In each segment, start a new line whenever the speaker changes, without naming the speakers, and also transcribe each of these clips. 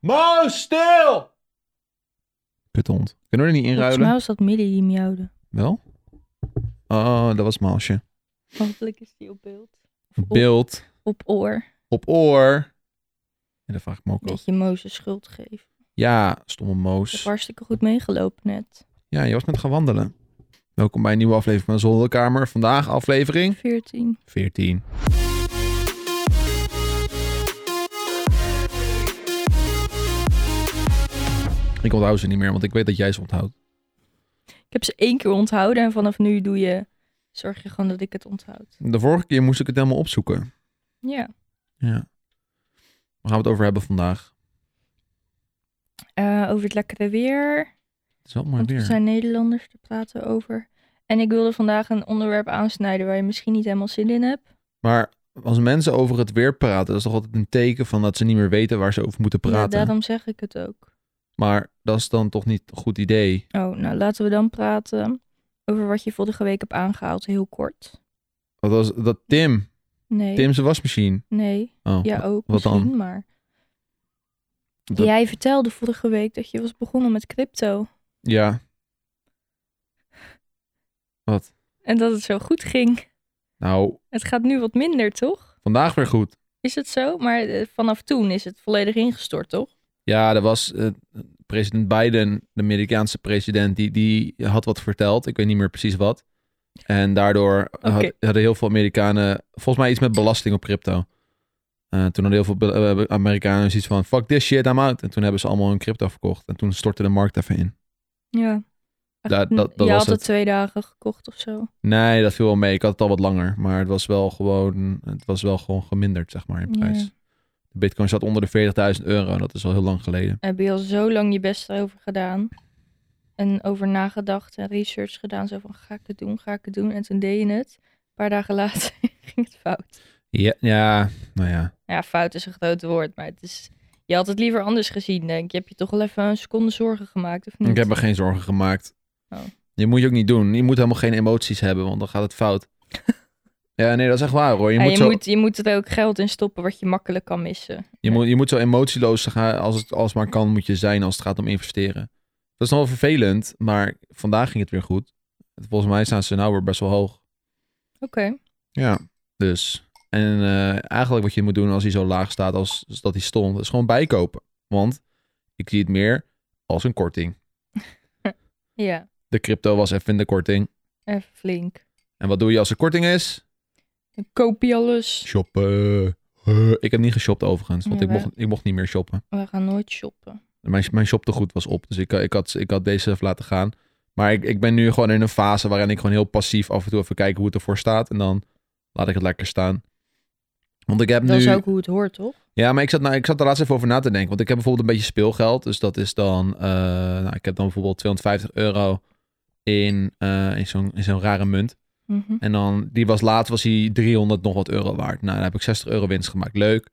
Mo, stil! Kuthond. Kunnen we er niet
Volgens
inruilen?
mij was dat Millie die miauwde.
Wel? Oh, dat was Maasje.
Hopelijk is die op beeld.
Beeld
Op oor.
op oor. En dan vraag ik me ook af.
Dat je Moos de schuld geeft.
Ja, stomme
Ik heb
moos.
hartstikke goed meegelopen net.
Ja, je was met gaan wandelen. Welkom bij een nieuwe aflevering van Zolderkamer. Vandaag aflevering
14.
14. Ik onthoud ze niet meer, want ik weet dat jij ze onthoudt.
Ik heb ze één keer onthouden en vanaf nu doe je, zorg je gewoon dat ik het onthoud.
De vorige keer moest ik het helemaal opzoeken.
Ja.
Ja. Waar gaan we het over hebben vandaag?
Eh, over het lekkere weer.
Het is wel mooi
Want
weer.
we zijn Nederlanders, te praten over. En ik wilde vandaag een onderwerp aansnijden waar je misschien niet helemaal zin in hebt.
Maar als mensen over het weer praten, dat is toch altijd een teken van dat ze niet meer weten waar ze over moeten
Ja,
praten.
daarom zeg ik het ook.
Maar dat is dan toch niet een goed idee.
Oh, nou laten we dan praten over wat je vorige week hebt aangehaald, heel kort.
Dat was dat Tim,
Nee,
Tim zijn wasmachine.
nee.
Oh,
Ja, ook
wat dan?
misschien, maar...
Dat-
Jij vertelde vorige week dat je was begonnen met crypto.
ja.
En dat het zo goed ging.
Nou,
Het gaat nu wat minder, toch?
vandaag weer goed.
Is het zo? Maar eh, vanaf toen is het volledig ingestort, toch?
Ja, er was eh, president Biden, de Amerikaanse president, die, die had wat verteld. Ik weet niet meer precies wat. En daardoor had-
Oké.
hadden heel veel Amerikanen, volgens mij iets met belasting op crypto. Eh, toen hadden heel veel be- eh, Amerikanen zoiets van, fuck this shit, I'm out. En toen hebben ze allemaal hun crypto verkocht. En toen stortte de markt even in.
Ja.
Da- dat- dat
je
was
had het
het.
twee dagen gekocht of zo.
Nee, dat viel wel mee. Ik had het al wat langer. Maar het was wel gewoon, het was wel gewoon geminderd, zeg maar, in
Ja.
prijs. De bitcoin zat onder de 40.000 euro. Dat is al heel lang geleden.
heb je al zo lang je best erover gedaan. En over nagedacht en research gedaan. Zo van, ga ik het doen, ga ik het doen? En toen deed je het. Een paar dagen later ging het fout.
Ja, ja nou ja.
Ja, fout is een groot woord, maar het is... Je had het liever anders gezien, denk ik. Je hebt je toch wel even een seconde zorgen gemaakt, of niet?
Ik heb me geen zorgen gemaakt.
Oh.
Je moet je ook niet doen. Je moet helemaal geen emoties hebben, want dan gaat het fout. ja, nee, dat is echt waar hoor. Je,
Ja,
moet,
je,
zo,
moet, je moet er ook geld in stoppen wat je makkelijk kan missen.
Je, moet, je moet zo emotieloos gaan als het als maar kan, moet je zijn als het gaat om investeren. Dat is nog wel vervelend, maar vandaag ging het weer goed. Volgens mij staan ze nou weer best wel hoog.
Oké,
Ja. Dus. En eh, eigenlijk wat je moet doen als hij zo laag staat als, als dat hij stond, is gewoon bijkopen. Want ik zie het meer als een korting.
ja.
De crypto was even in de korting.
Even flink.
En wat doe je als er korting is?
Dan koop je alles.
Shoppen. Eh, Ik heb niet geshopt overigens, want
Ja,
ik,
wij-
mocht, ik mocht niet meer shoppen.
We gaan nooit shoppen.
Mijn, mijn shoptegoed was op, dus ik, ik, had, ik had deze even laten gaan. Maar ik, ik ben nu gewoon in een fase waarin ik gewoon heel passief af en toe even kijken hoe het ervoor staat. En dan laat ik het lekker staan. Want ik heb
Dat
nu...
is ook hoe het hoort, toch?
Ja, maar ik zat, nou, ik zat er laatst even over na te denken. Want ik heb bijvoorbeeld een beetje speelgeld. Dus dat is dan... eh, nou, ik heb dan bijvoorbeeld 250 euro in, eh, in zo'n in zo'n rare munt.
Mhm.
En dan, die was laatst, was hij 300 nog wat euro waard. Nou, daar heb ik 60 euro winst gemaakt. Leuk.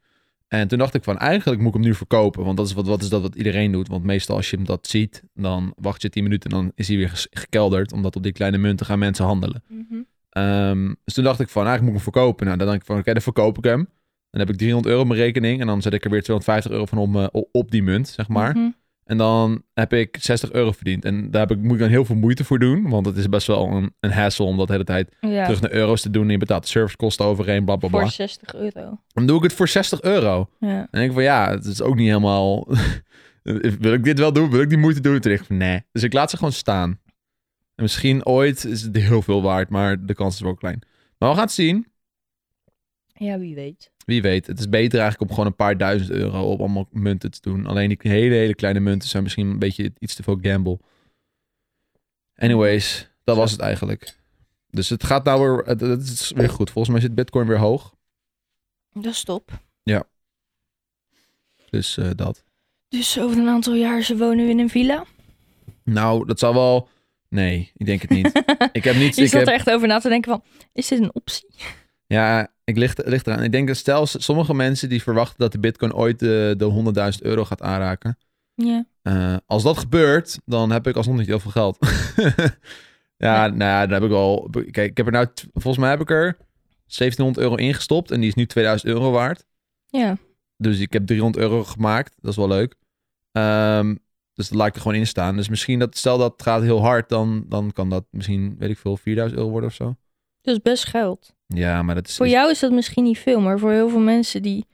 En toen dacht ik van, eigenlijk moet ik hem nu verkopen. Want dat is wat, wat is dat wat iedereen doet. Want meestal als je hem dat ziet, dan wacht je 10 minuten en dan is hij weer ges- gekelderd. Omdat op die kleine munten gaan mensen handelen.
Mhm.
Ehm, dus toen dacht ik van, eigenlijk moet ik hem verkopen. Nou, dan dacht ik van, oké, dan verkoop ik hem. Dan heb ik 300 euro op mijn rekening. En dan zet ik er weer 250 euro van op, me- o- op die munt, zeg maar.
Mhm.
En dan heb ik 60 euro verdiend. En daar heb ik, moet ik dan heel veel moeite voor doen. Want het is best wel een, een hassle om dat de hele tijd
Ja,
terug naar euro's te doen. En je betaalt de servicekosten overheen, bla bla bla.
voor 60 euro.
Dan doe ik het voor 60 euro. En
Ja.
dan denk ik van ja, het is ook niet helemaal. wil ik dit wel doen? Wil ik die moeite doen? Toen dacht ik van nee. Dus ik laat ze gewoon staan. En misschien ooit is het heel veel waard, maar de kans is wel klein. Maar we gaan het zien.
Ja, wie weet.
Wie weet, het is beter eigenlijk om gewoon een paar duizend euro op allemaal munten te doen. Alleen die hele, hele kleine munten zijn misschien een beetje iets te veel gamble. Anyways, dat was het eigenlijk. Dus het gaat nou weer, het, het is weer goed. Volgens mij zit Bitcoin weer hoog.
Dat is top.
Dus eh, dat.
Dus over een aantal jaar ze wonen we in een villa.
Nou, dat zal wel. Nee, ik denk het niet. ik heb niets.
Je
Dus Ik
zat er
heb...
echt over na te denken van, is dit een optie?
Ja, ik licht, licht eraan. Ik denk dat stel s- sommige mensen die verwachten dat de Bitcoin ooit de, de 100.000 euro gaat aanraken.
Ja.
Eh, als dat gebeurt, dan heb ik alsnog niet heel veel geld. ja, nou ja, dan heb ik wel. Kijk, ik heb er nou. t- Volgens mij heb ik er 1700 euro ingestopt en die is nu 2000 euro waard.
Ja.
Dus ik heb 300 euro gemaakt. Dat is wel leuk. Ehm, dus dat laat ik er gewoon in staan. Dus misschien dat, stel dat het gaat heel hard, dan, dan kan dat misschien, weet ik veel, 4000 euro worden of zo.
Dat is best geld.
Ja, maar dat is.
Voor
is-
jou is dat misschien niet veel, maar voor heel veel mensen die,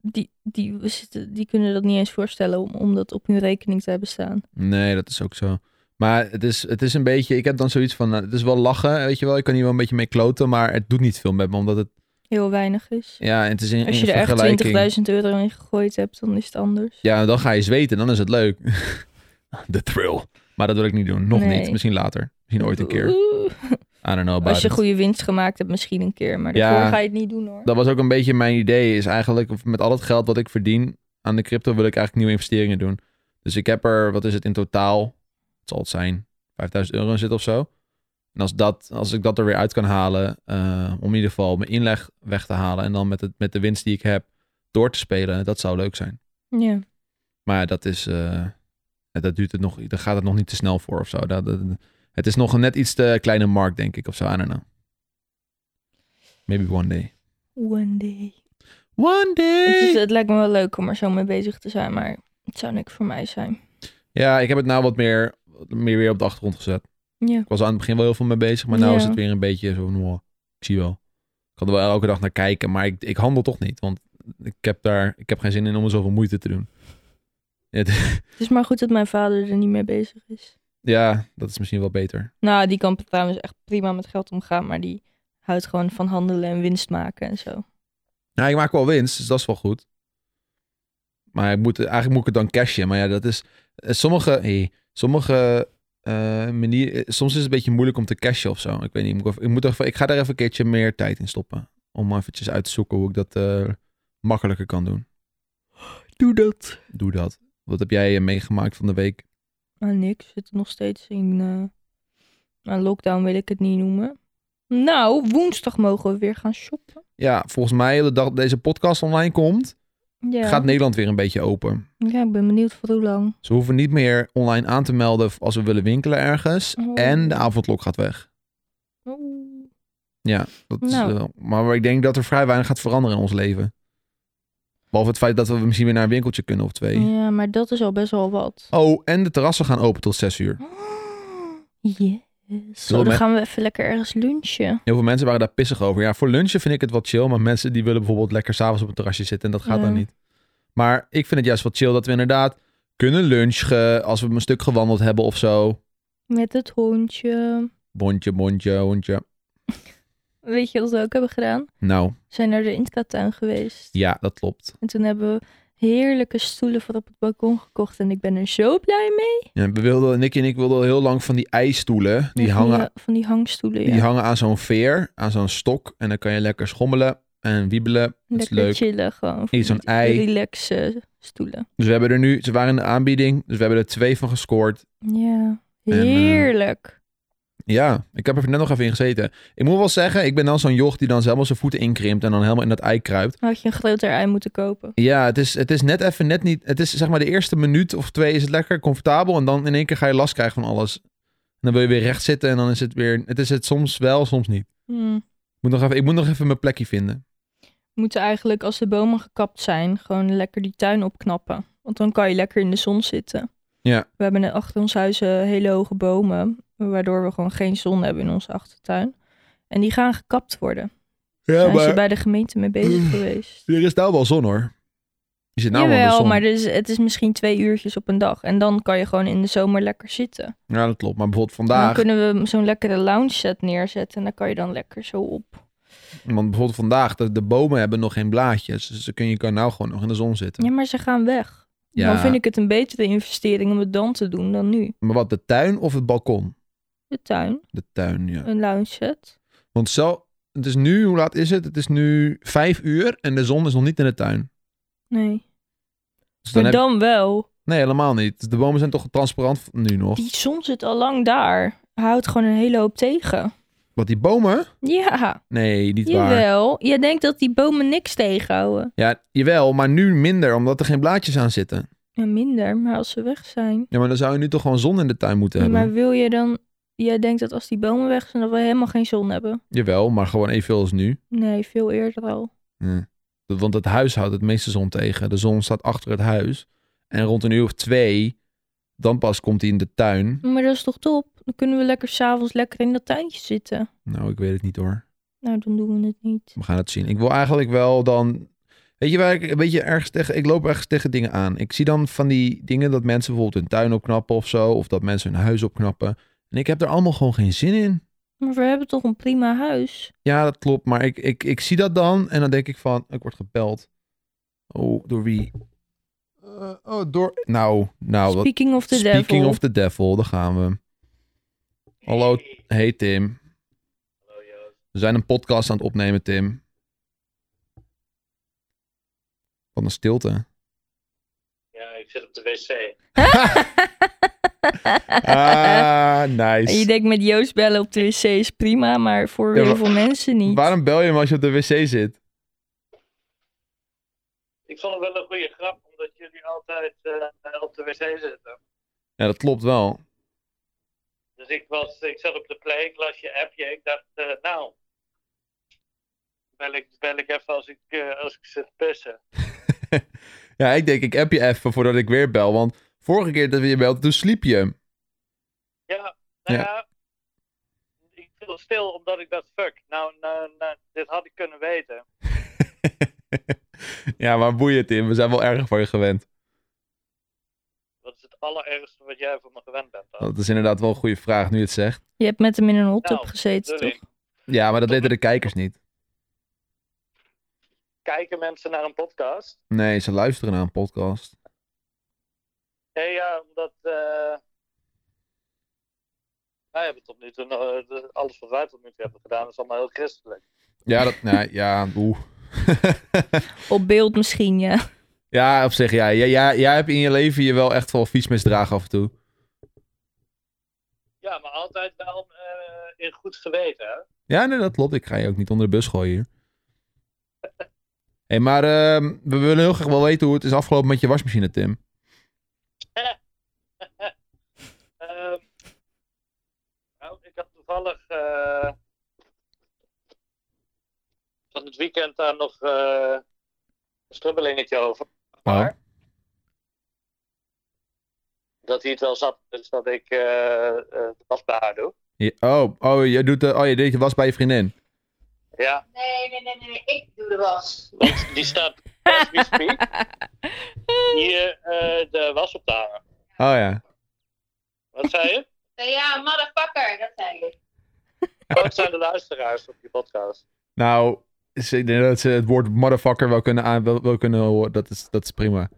die, die, zitten, die kunnen dat niet eens voorstellen om, om dat op hun rekening te hebben staan.
Nee, dat is ook zo. Maar het is, het is een beetje, ik heb dan zoiets van, nou, het is wel lachen, weet je wel. Ik kan hier wel een beetje mee kloten, maar het doet niet veel met me, omdat het,
Heel weinig is.
ja, het is in,
Als
in
je er echt
vergelijking-
20.000 euro in gegooid hebt, dan is het anders.
Ja, dan ga je zweten, dan is het leuk. De thrill. Maar dat wil ik niet doen, nog
Nee.
niet. Misschien later, misschien ooit een keer.
Oeh.
I don't know about
Als je
it.
goede winst gemaakt hebt, misschien een keer. Maar
Ja.
daarvoor ga je het niet doen hoor.
Dat was ook een beetje mijn idee. Is eigenlijk of met al het geld wat ik verdien aan de crypto wil ik eigenlijk nieuwe investeringen doen. Dus ik heb er, wat is het in totaal? Het zal het zijn, 5000 euro in zit of zo. En als, dat, als ik dat er weer uit kan halen, eh, om in ieder geval mijn inleg weg te halen en dan met, het, met de winst die ik heb door te spelen, dat zou leuk zijn.
Ja.
Maar ja, dat is, eh, dat duurt het nog, daar gaat het nog niet te snel voor of zo. Dat, dat- het is nog een net iets te kleine markt, denk ik, of zo. I don't know. Maybe one day.
One day.
One day!
Het, is- het lijkt me wel leuk om er zo mee bezig te zijn, maar het zou niks voor mij zijn.
Ja, ik heb het nou wat meer, wat meer weer op de achtergrond gezet.
Ja.
Ik was aan het begin wel heel veel mee bezig, maar nu is
Ja.
het weer een beetje zo van, wow, ik zie wel. Ik kan er wel elke dag naar kijken, maar ik, ik handel toch niet, want ik heb, daar, ik heb geen zin in om er zoveel moeite te doen. Het-
Het is maar goed dat mijn vader er niet mee bezig is.
ja, dat is misschien wel beter.
Nou, die kan trouwens echt prima met geld omgaan, maar die houdt gewoon van handelen en winst maken en zo.
Nou, ik maak wel winst, dus dat is wel goed. Maar ik moet, eigenlijk moet ik het dan cashen, maar ja, dat is... eh, Sommige, hey, sommige eh manieren... Soms is het een beetje moeilijk om te cashen of zo. Ik weet niet, ik moet, even- ik, moet even, ik ga daar even een keertje meer tijd in stoppen. Om eventjes uit te zoeken hoe ik dat eh, makkelijker kan doen.
Doe dat.
Doe dat. Wat heb jij eh, meegemaakt van de week?
Maar niks, we zitten nog steeds in eh, een lockdown, wil ik het niet noemen. Nou, woensdag mogen we weer gaan shoppen.
Ja, volgens mij de dag dat deze podcast online komt...
Ja,
gaat Nederland weer een beetje open.
ja ik ben benieuwd voor hoe lang.
Ze hoeven niet meer online aan te melden als we willen winkelen ergens.
Oh.
En de avondklok gaat weg.
Oeh.
Ja, dat is,
Nou.
eh, maar ik denk dat er vrij weinig gaat veranderen in ons leven. Behalve het feit dat we misschien weer naar een winkeltje kunnen of twee.
Ja, maar dat is al best wel wat.
Oh, en de terrassen gaan open tot zes uur.
Yes. Zo, dan
met-
gaan we even lekker ergens lunchen.
Heel veel mensen waren daar pissig over. Ja, voor lunchen vind ik het wel chill. Maar mensen die willen bijvoorbeeld lekker s'avonds op een terrasje zitten. En dat gaat dan
Ja.
niet. Maar ik vind het juist wel chill dat we inderdaad kunnen lunchen. Als we een stuk gewandeld hebben of zo.
Met het hondje.
Bondje, bondje, hondje.
Weet je wat we ook hebben gedaan?
Nou,
We zijn naar de Intratuin geweest.
ja, dat klopt.
En toen hebben we heerlijke stoelen voor op het balkon gekocht. En ik ben er zo blij mee.
Ja, we wilden, Nicky en ik wilden al heel lang van die ijsstoelen. Die
Van
hangen
van die hangstoelen, ja.
Die hangen aan zo'n veer, aan zo'n stok. En dan kan je lekker schommelen en wiebelen. Dat is
lekker
leuk.
chillen gewoon.
Hier zo'n
Van die
ei.
Relaxe stoelen.
Dus we hebben er nu, ze waren in de aanbieding. Dus we hebben er twee van gescoord.
Ja,
eh,
heerlijk.
Ja, ik heb er net nog even in gezeten. Ik moet wel zeggen, ik ben dan zo'n joch die dan zelf zijn voeten inkrimpt. En dan helemaal in dat ei kruipt.
Had je een groter ei moeten kopen.
Ja, het is, het is net even net niet. Het is zeg maar de eerste minuut of twee is het lekker comfortabel. En dan in één keer ga je last krijgen van alles. En dan wil je weer recht zitten. En dan is het weer. Het is het soms wel, soms niet.
Hmm.
Ik moet nog even, ik moet nog even mijn plekje vinden.
We moeten eigenlijk als de bomen gekapt zijn, gewoon lekker die tuin opknappen. Want dan kan je lekker in de zon zitten.
Ja.
We hebben net achter ons huis eh, hele hoge bomen, waardoor we gewoon geen zon hebben in onze achtertuin. En die gaan gekapt worden.
Ja,
Daar zijn ze bij de gemeente mee bezig geweest.
Er is nou wel zon hoor. Je zit nou wel in de
Jawel,
zon.
maar er is- het is misschien twee uurtjes op een dag. En dan kan je gewoon in de zomer lekker zitten. En
Ja, dat klopt. Maar bijvoorbeeld
Dan
vandaag,
kunnen we zo'n lekkere lounge set neerzetten. En daar kan je dan lekker zo op.
want bijvoorbeeld vandaag, de, de bomen hebben nog geen blaadjes. Dus dan kun je, je kan nou gewoon nog in de zon zitten.
Ja, maar ze gaan weg. Dan vind ik het een betere investering om het dan te doen dan nu.
Maar wat, de tuin of het balkon?
De tuin.
De tuin, ja.
Een lounge set.
Want zo, het is nu, hoe laat is het? Het is nu vijf uur en de zon is nog niet in de tuin.
Nee.
Dus dan
Maar
heb-
dan wel.
Nee, helemaal niet. Dus De bomen zijn toch transparant nu nog?
Die zon zit al lang daar. Hij houdt gewoon een hele hoop tegen.
Wat, die bomen?
Ja,
Nee, niet waar.
jawel. Je denkt dat die bomen niks tegenhouden.
Ja, jawel, maar nu minder, omdat er geen blaadjes aan zitten.
Ja, minder, maar als ze weg zijn.
Ja, maar dan zou je nu toch gewoon zon in de tuin moeten hebben.
Maar wil je dan... Jij denkt dat als die bomen weg zijn, dat we helemaal geen zon hebben.
Jawel, maar gewoon evenveel als nu.
Nee, veel eerder al.
Dat- Want het huis houdt het meeste zon tegen. De zon staat achter het huis. En rond een uur of twee, dan pas komt hij in de tuin.
Maar dat is toch top? Dan kunnen we lekker s'avonds lekker in dat tuintje zitten.
Nou, ik weet het niet hoor.
Nou, dan doen we het niet.
We gaan het zien. Ik wil eigenlijk wel dan. Weet je waar ik een beetje ergens tegen. Ik loop ergens tegen dingen aan. Ik zie dan van die dingen dat mensen bijvoorbeeld hun tuin opknappen of zo. Of dat mensen hun huis opknappen. En ik heb er allemaal gewoon geen zin in.
Maar we hebben toch een prima huis?
Ja, dat klopt. Maar ik, ik, ik zie dat dan en dan denk ik van, ik word gebeld. Oh, door wie? Eh, oh, door... Nou, nou. dat-
Speaking of the
speaking
devil.
of the devil, daar gaan we. Hallo, hey Tim. We zijn een podcast aan het opnemen, Tim. Wat een stilte.
Ja, ik zit op de wc.
Ah,
En je
nice.
denkt met Joost bellen op de wc is prima, maar voor
Ja,
heel
maar-
veel mensen niet.
Waarom bel je hem als je op de wc zit?
Ik vond het wel een goede grap, omdat jullie altijd eh, op de wc zitten.
Ja, dat klopt wel.
Dus ik, was, ik zat op de play, ik las je appje. Ik dacht, eh, nou, bel ik, bel ik even als ik, eh, als ik zit te pissen.
Ja, ik denk, ik app je even voordat ik weer bel. Want vorige keer dat we je belden, toen sliep je.
Ja, nou
Ja.
ja. Ik viel stil omdat ik dacht, fuck, nou, nou, nou, dit had ik kunnen weten.
ja, maar boeien Tim. We zijn wel erg van je gewend.
Wat is het allerergste wat jij van me gewend bent? Dan?
Dat is inderdaad wel een goede vraag nu je het zegt.
Je hebt met hem in een hot tub
Nou,
gezeten,
bedoel
toch?
ik.
Ja, maar dat weten de kijkers niet.
Kijken mensen naar een podcast?
Nee, ze luisteren naar een podcast.
Nee, ja, omdat. eh, Wij hebben tot nu toe. nog, eh, de- alles wat wij tot nu toe hebben gedaan is allemaal heel christelijk.
Ja, dat, nee, ja, oeh.
Op beeld misschien, ja.
ja, op zich, ja. Jij, jij, jij hebt in je leven je wel echt wel vies misdragen af en toe.
Ja, maar altijd wel eh, in goed geweten, hè?
Ja, nee, dat klopt. Ik ga je ook niet onder de bus gooien hier. hey, maar ehm, we willen heel graag wel weten hoe het is afgelopen met je wasmachine, Tim.
Ehm, nou, ik had toevallig. eh, van het weekend daar nog. eh, een strubbelingetje over.
Oh.
Maar. Dat hij het wel zat, dus dat ik. eh, eh, de was bij haar doe.
Je- oh, oh, je doet, eh, oh, je deed je was bij je vriendin.
Ja.
Nee, nee, nee, nee, nee, ik doe de was.
Want die staat, as we speak, hier eh, de was op te hangen.
Oh ja.
Wat zei je?
Nee, ja, motherfucker, dat zei ik.
Wat Oh, zijn de luisteraars op je podcast?
Nou, ze- ik denk dat ze het woord motherfucker wel kunnen, aan, wel, wel kunnen horen. Dat is, dat is prima.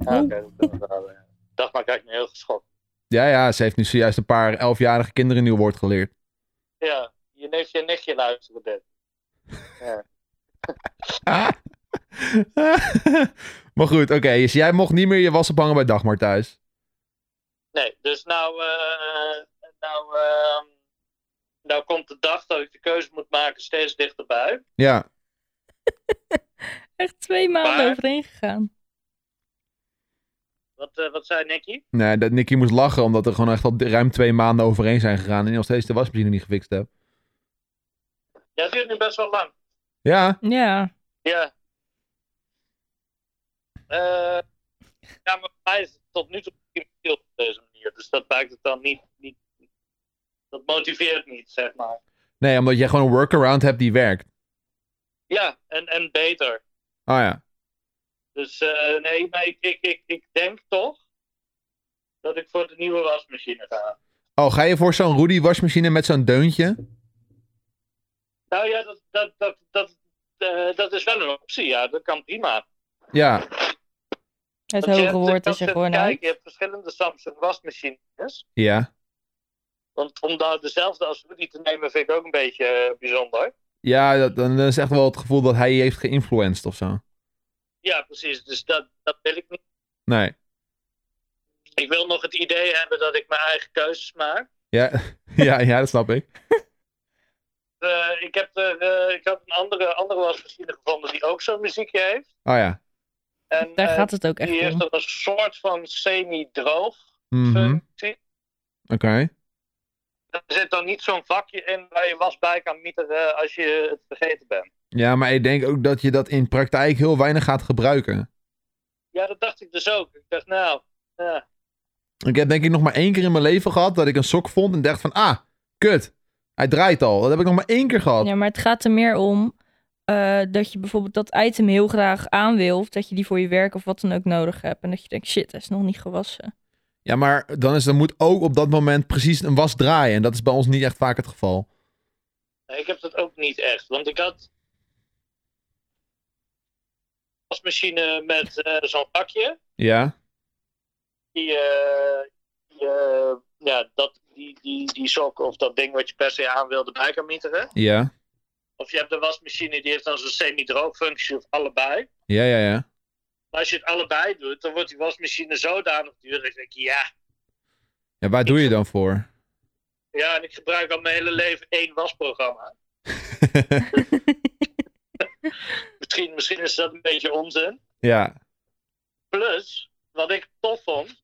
Ja, oké, dat kunnen we wel, ja. Dacht maar, kijk me heel geschokt.
Ja, ja, ze heeft nu zojuist een paar elfjarige kinderen een nieuw woord geleerd.
Ja, je neefje en nichtje luisteren dit.
Ah. maar goed, oké. dus jij mocht niet meer je was ophangen bij Dagmar thuis.
Nee, dus nou, eh, nou, ehm, nou komt de dag dat ik de keuze moet maken steeds dichterbij.
Ja.
Echt twee maanden
Maar-
overheen gegaan.
Wat, eh, wat zei Nicky?
Nee, dat Nicky moest lachen omdat er gewoon echt al ruim twee maanden overheen zijn gegaan. En je nog steeds de wasmachine niet gefixt hebt.
Ja, het duurt nu best wel lang.
Ja.
Ja.
Ja. Eh, ja, maar voor mij is het tot nu toe veel op deze manier. Dus dat maakt het dan niet, niet. Dat motiveert niet, zeg maar.
Nee, omdat jij gewoon een workaround hebt die werkt.
Ja, en, en beter.
Oh ja.
Dus eh, nee, maar ik, ik, ik, ik denk toch dat ik voor de nieuwe wasmachine ga.
Oh, ga je voor zo'n Rudy wasmachine met zo'n deuntje?
Nou ja, dat, dat, dat, dat, eh, dat is wel een optie, ja. Dat kan prima.
Ja.
Het
Want je
hoge
hebt-
woord
ik
is er
had
gewoon
zitten kijken,
uit.
Je hebt verschillende Samsung wasmachines.
Ja.
Want om daar dezelfde als Rudy te nemen vind ik ook een beetje eh, bijzonder.
Ja, dat, dan is echt wel het gevoel dat hij je heeft geïnfluenced of zo.
Ja, precies. Dus dat, dat wil ik niet.
Nee.
Ik wil nog het idee hebben dat ik mijn eigen keuzes maak.
Ja, ja, ja dat snap ik.
Eh, ik, heb er, eh, ik had een andere, andere wasmachine gevonden die ook zo'n muziekje heeft.
Oh ja.
En,
Daar
eh,
gaat het ook echt
die heeft
om.
er een soort van semi-droog
Mhm.
functie.
Oké.
Er zit dan niet zo'n vakje in waar je was bij kan mieteren als je het vergeten bent.
Ja, maar ik denk ook dat je dat in praktijk heel weinig gaat gebruiken.
Ja, dat dacht ik dus ook. Ik dacht, nou, ja.
Ik heb denk ik nog maar één keer in mijn leven gehad dat ik een sok vond en dacht van, ah, kut. Hij draait al. Dat heb ik nog maar één keer gehad.
Ja, maar het gaat er meer om eh, dat je bijvoorbeeld dat item heel graag aan wil. Of dat je die voor je werk of wat dan ook nodig hebt. En dat je denkt, shit, hij is nog niet gewassen.
Ja, maar dan, is, dan moet ook op dat moment precies een was draaien. En dat is bij ons niet echt vaak het geval.
Nee, ik heb dat ook niet echt. Want ik had. een wasmachine met eh, zo'n bakje.
Ja?
Die, eh, die, eh, ja, dat, die, die, die sok of dat ding wat je per se aan wilde bij kan mieteren.
Ja.
Of je hebt een wasmachine die heeft dan zo'n semi-droogfunctie of allebei.
Ja, ja, ja.
Maar als je het allebei doet, dan wordt die wasmachine zodanig duur. Dat ik denk, ja.
Ja, waar doe je dan voor?
Ja, en ik gebruik al mijn hele leven één wasprogramma. Misschien, misschien is dat een beetje onzin.
ja.
Plus, wat ik tof vond,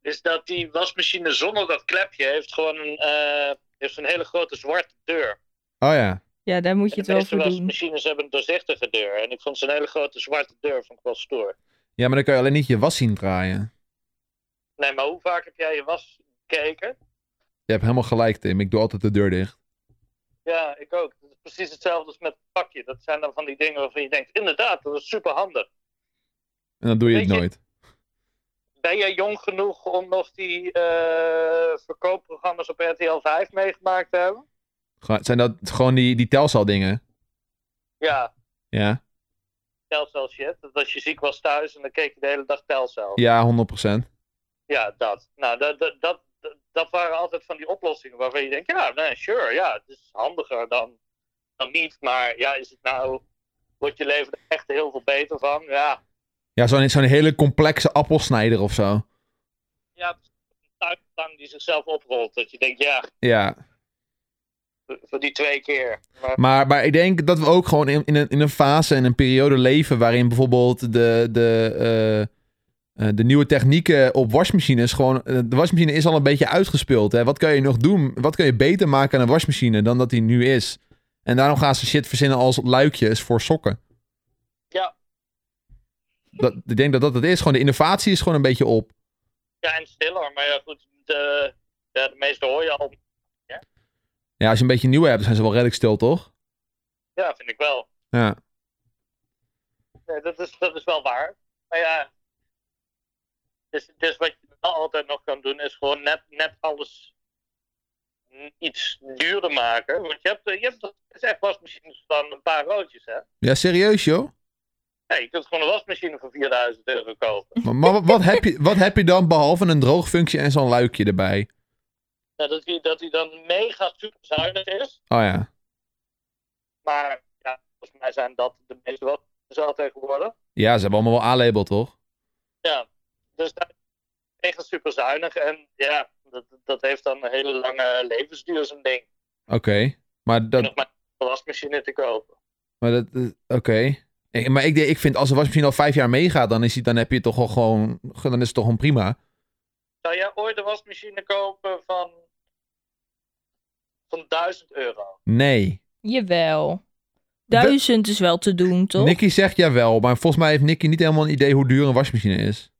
is dat die wasmachine zonder dat klepje heeft gewoon een, eh, heeft een hele grote zwarte deur.
Oh ja.
Ja, daar moet je het
En de
wel
meeste
voor doen.
wasmachines hebben een doorzichtige deur. En ik vond zo'n hele grote zwarte deur vond ik wel stoer.
Ja, maar dan kan je alleen niet je was zien draaien.
Nee, maar hoe vaak heb jij je was gekeken?
Je hebt helemaal gelijk, Tim. Ik doe altijd de deur dicht.
Ja, ik ook. Dat is precies hetzelfde als met het pakje. Dat zijn dan van die dingen waarvan je denkt, inderdaad, dat is super handig.
En dan doe je het
Weet je-
nooit.
Ben jij jong genoeg om nog die eh, verkoopprogramma's op RTL 5 meegemaakt te hebben?
Gewoon- Zijn dat gewoon die, die Telcel dingen?
Ja,
Ja.
Telcel shit. Dat als je ziek was thuis en dan keek je de hele dag Telcel. Ja,
Ja, 100%.
dat. Nou, dat, dat, dat, dat waren altijd van die oplossingen waarvan je denkt, ja, nee, sure, ja, het is handiger dan, dan niet. Maar ja, is het nou, wordt je leven er echt heel veel beter van? Ja,
Ja, zo'n zo'n hele complexe appelsnijder of zo.
ja een tuinslang die zichzelf oprolt. Dat je denkt, ja,
Ja.
voor- voor die twee keer. Maar
Maar, maar ik denk dat we ook gewoon in, in, een, in een fase en een periode leven waarin bijvoorbeeld de, de, eh, eh, de nieuwe technieken op wasmachines gewoon. eh, de wasmachine is al een beetje uitgespeeld. Hè? Wat kan je nog doen? Wat kan je beter maken aan een wasmachine dan dat die nu is? En daarom gaan ze shit verzinnen als luikjes voor sokken.
Ja.
Dat, ik denk dat dat het is. Gewoon de innovatie is gewoon een beetje op.
ja, en stiller. Maar ja, goed, de, ja, de meeste hoor je al.
Ja, als je een beetje nieuwe hebt, dan zijn ze wel redelijk stil, toch?
Ja, vind ik wel.
Ja.
Nee, dat is, dat is wel waar. Maar ja, dus, dus wat je wel altijd nog kan doen, is gewoon net, net alles n- iets duurder maken. Want je hebt, eh, je hebt er is echt wasmachines van een paar roodjes, hè?
Ja, serieus, joh.
Ja, je kunt gewoon een wasmachine voor 4000 euro kopen.
Maar, maar wat, wat, heb je, wat heb je dan behalve een droogfunctie en zo'n luikje erbij?
Nou, dat, die, dat die dan mega super zuinig is.
Oh ja.
Maar ja, volgens mij zijn dat de meeste wasmachines al tegenwoordig.
Ja, ze hebben allemaal wel A-label, toch?
Ja, dus dat is echt super zuinig. En ja, dat, dat heeft dan een hele lange levensduur, zo'n ding.
Oké. Maar dat...
nog maar een wasmachine te kopen.
Maar dat eh, Oké. Ik- Maar ik, denk- ik vind, als de wasmachine al vijf jaar meegaat, dan, is die, dan heb je toch al gewoon... Dan is het toch gewoon prima?
Zou jij ooit een wasmachine kopen van, van 1000 euro?
Nee.
Jawel. Duizend is wel te doen, toch?
Nicky zegt jawel, maar volgens mij heeft Nicky niet helemaal een idee hoe duur een wasmachine is.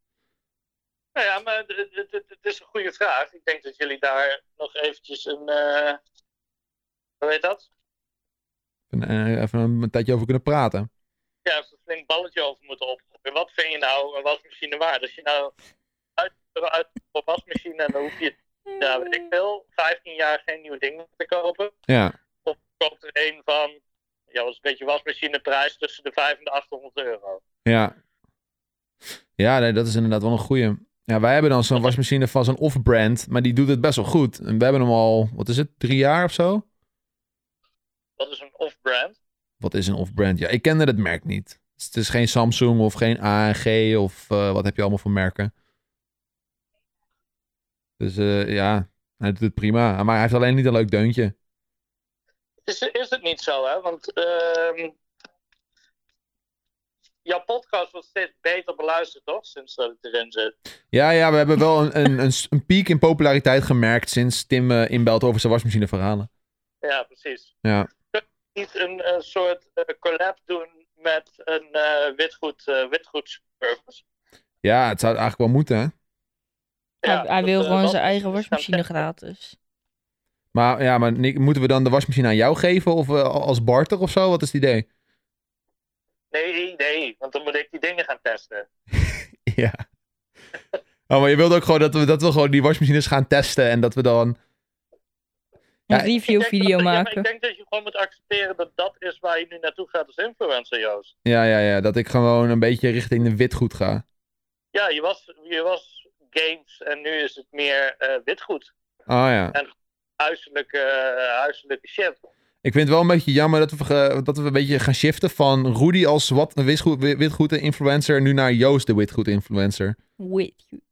Nou ja, maar het- het het- het is een goede vraag. Ik denk dat jullie daar nog eventjes een. eh hoe heet dat?
En, eh, even een, een tijdje over kunnen praten.
Ja, even een flink balletje over moeten opgooien. Wat vind je nou een wasmachine waard? Als je nou uit, uit op wasmachine en dan hoef je, ja, weet ik veel, 15 jaar geen nieuw ding te kopen.
Ja.
Of koopt er een van, ja, was een beetje wasmachineprijs tussen de 500 en de 800 euro.
Ja. Ja, nee, dat is inderdaad wel een goeie. Ja, wij hebben dan zo'n wasmachine van zo'n off-brand, maar die doet het best wel goed. En we hebben hem al, wat is het, drie jaar of zo?
Dat is een off-brand.
Wat is een off-brand? Ja, ik kende het merk niet. Dus het is geen Samsung of geen ANG of eh, wat heb je allemaal voor merken. Dus eh, ja, hij doet het prima. Maar hij heeft alleen niet een leuk deuntje.
Is, is het niet zo, hè? Want ehm, jouw podcast wordt steeds beter beluisterd, toch? Sinds dat het erin zit.
Ja, ja, we hebben wel een, een, een, s- een piek in populariteit gemerkt sinds Tim eh, inbelt over zijn wasmachine verhalen.
Ja, precies.
Ja.
Kun je niet een eh, soort eh, collab doen met een eh witgoed, eh, witgoedsmerk? burgers.
Ja, het zou eigenlijk wel moeten, hè?
Ja,
hij, hij
dat,
wil
eh,
gewoon
dat
zijn eigen
is- nou
wasmachine
is-
gratis.
Maar, ja, maar Nick, moeten we dan de wasmachine aan jou geven of eh, als barter of zo? Wat is het idee?
Nee, nee, want dan moet ik die dingen gaan testen.
Ja. Oh, maar je wilde ook gewoon dat we, dat we gewoon die wasmachines gaan testen en dat we dan...
Een
Ja, ik-
review
Ik denk
video
dat- ja, maar
maken.
ik denk dat je gewoon moet accepteren dat dat is waar je nu naartoe gaat als influencer, Joost.
Ja, ja, ja, dat ik gewoon een beetje richting de witgoed ga.
Ja, je was, je was games en nu is het meer eh, witgoed.
Ah ja.
Huiselijke, eh, huiselijke shit.
Ik vind het wel een beetje jammer dat we, ge- dat we een beetje gaan shiften van Rudy als wat een witgoed, witgoede influencer nu naar Joost de witgoed influencer.
With you.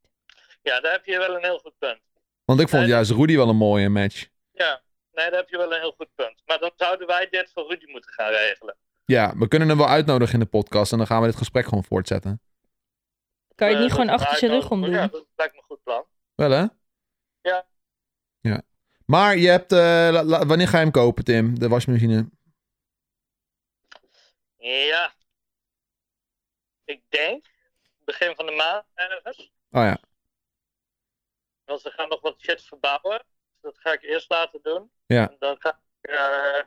Ja, daar heb je wel een heel goed punt.
Want ik vond
Nee, dat-
juist Rudy wel een mooie match.
Ja, nee, daar heb je wel een heel goed punt. Maar dan zouden wij dit voor Rudy moeten gaan regelen.
Ja, we kunnen hem wel uitnodigen in de podcast en dan gaan we dit gesprek gewoon voortzetten.
Kan je het
Eh,
niet gewoon
dat we
achter zijn rug om
uitnodigen.
doen?
Ja, dat lijkt me een goed plan.
Wel hè?
Ja.
Ja. Maar je hebt, eh, la- la- wanneer ga je hem kopen Tim, de wasmachine?
Ja. Ik denk begin van de maand ergens.
Oh ja,
Want ze gaan nog wat shit verbouwen. Dus dat ga ik eerst laten doen.
Ja.
En dan ga ik. eh,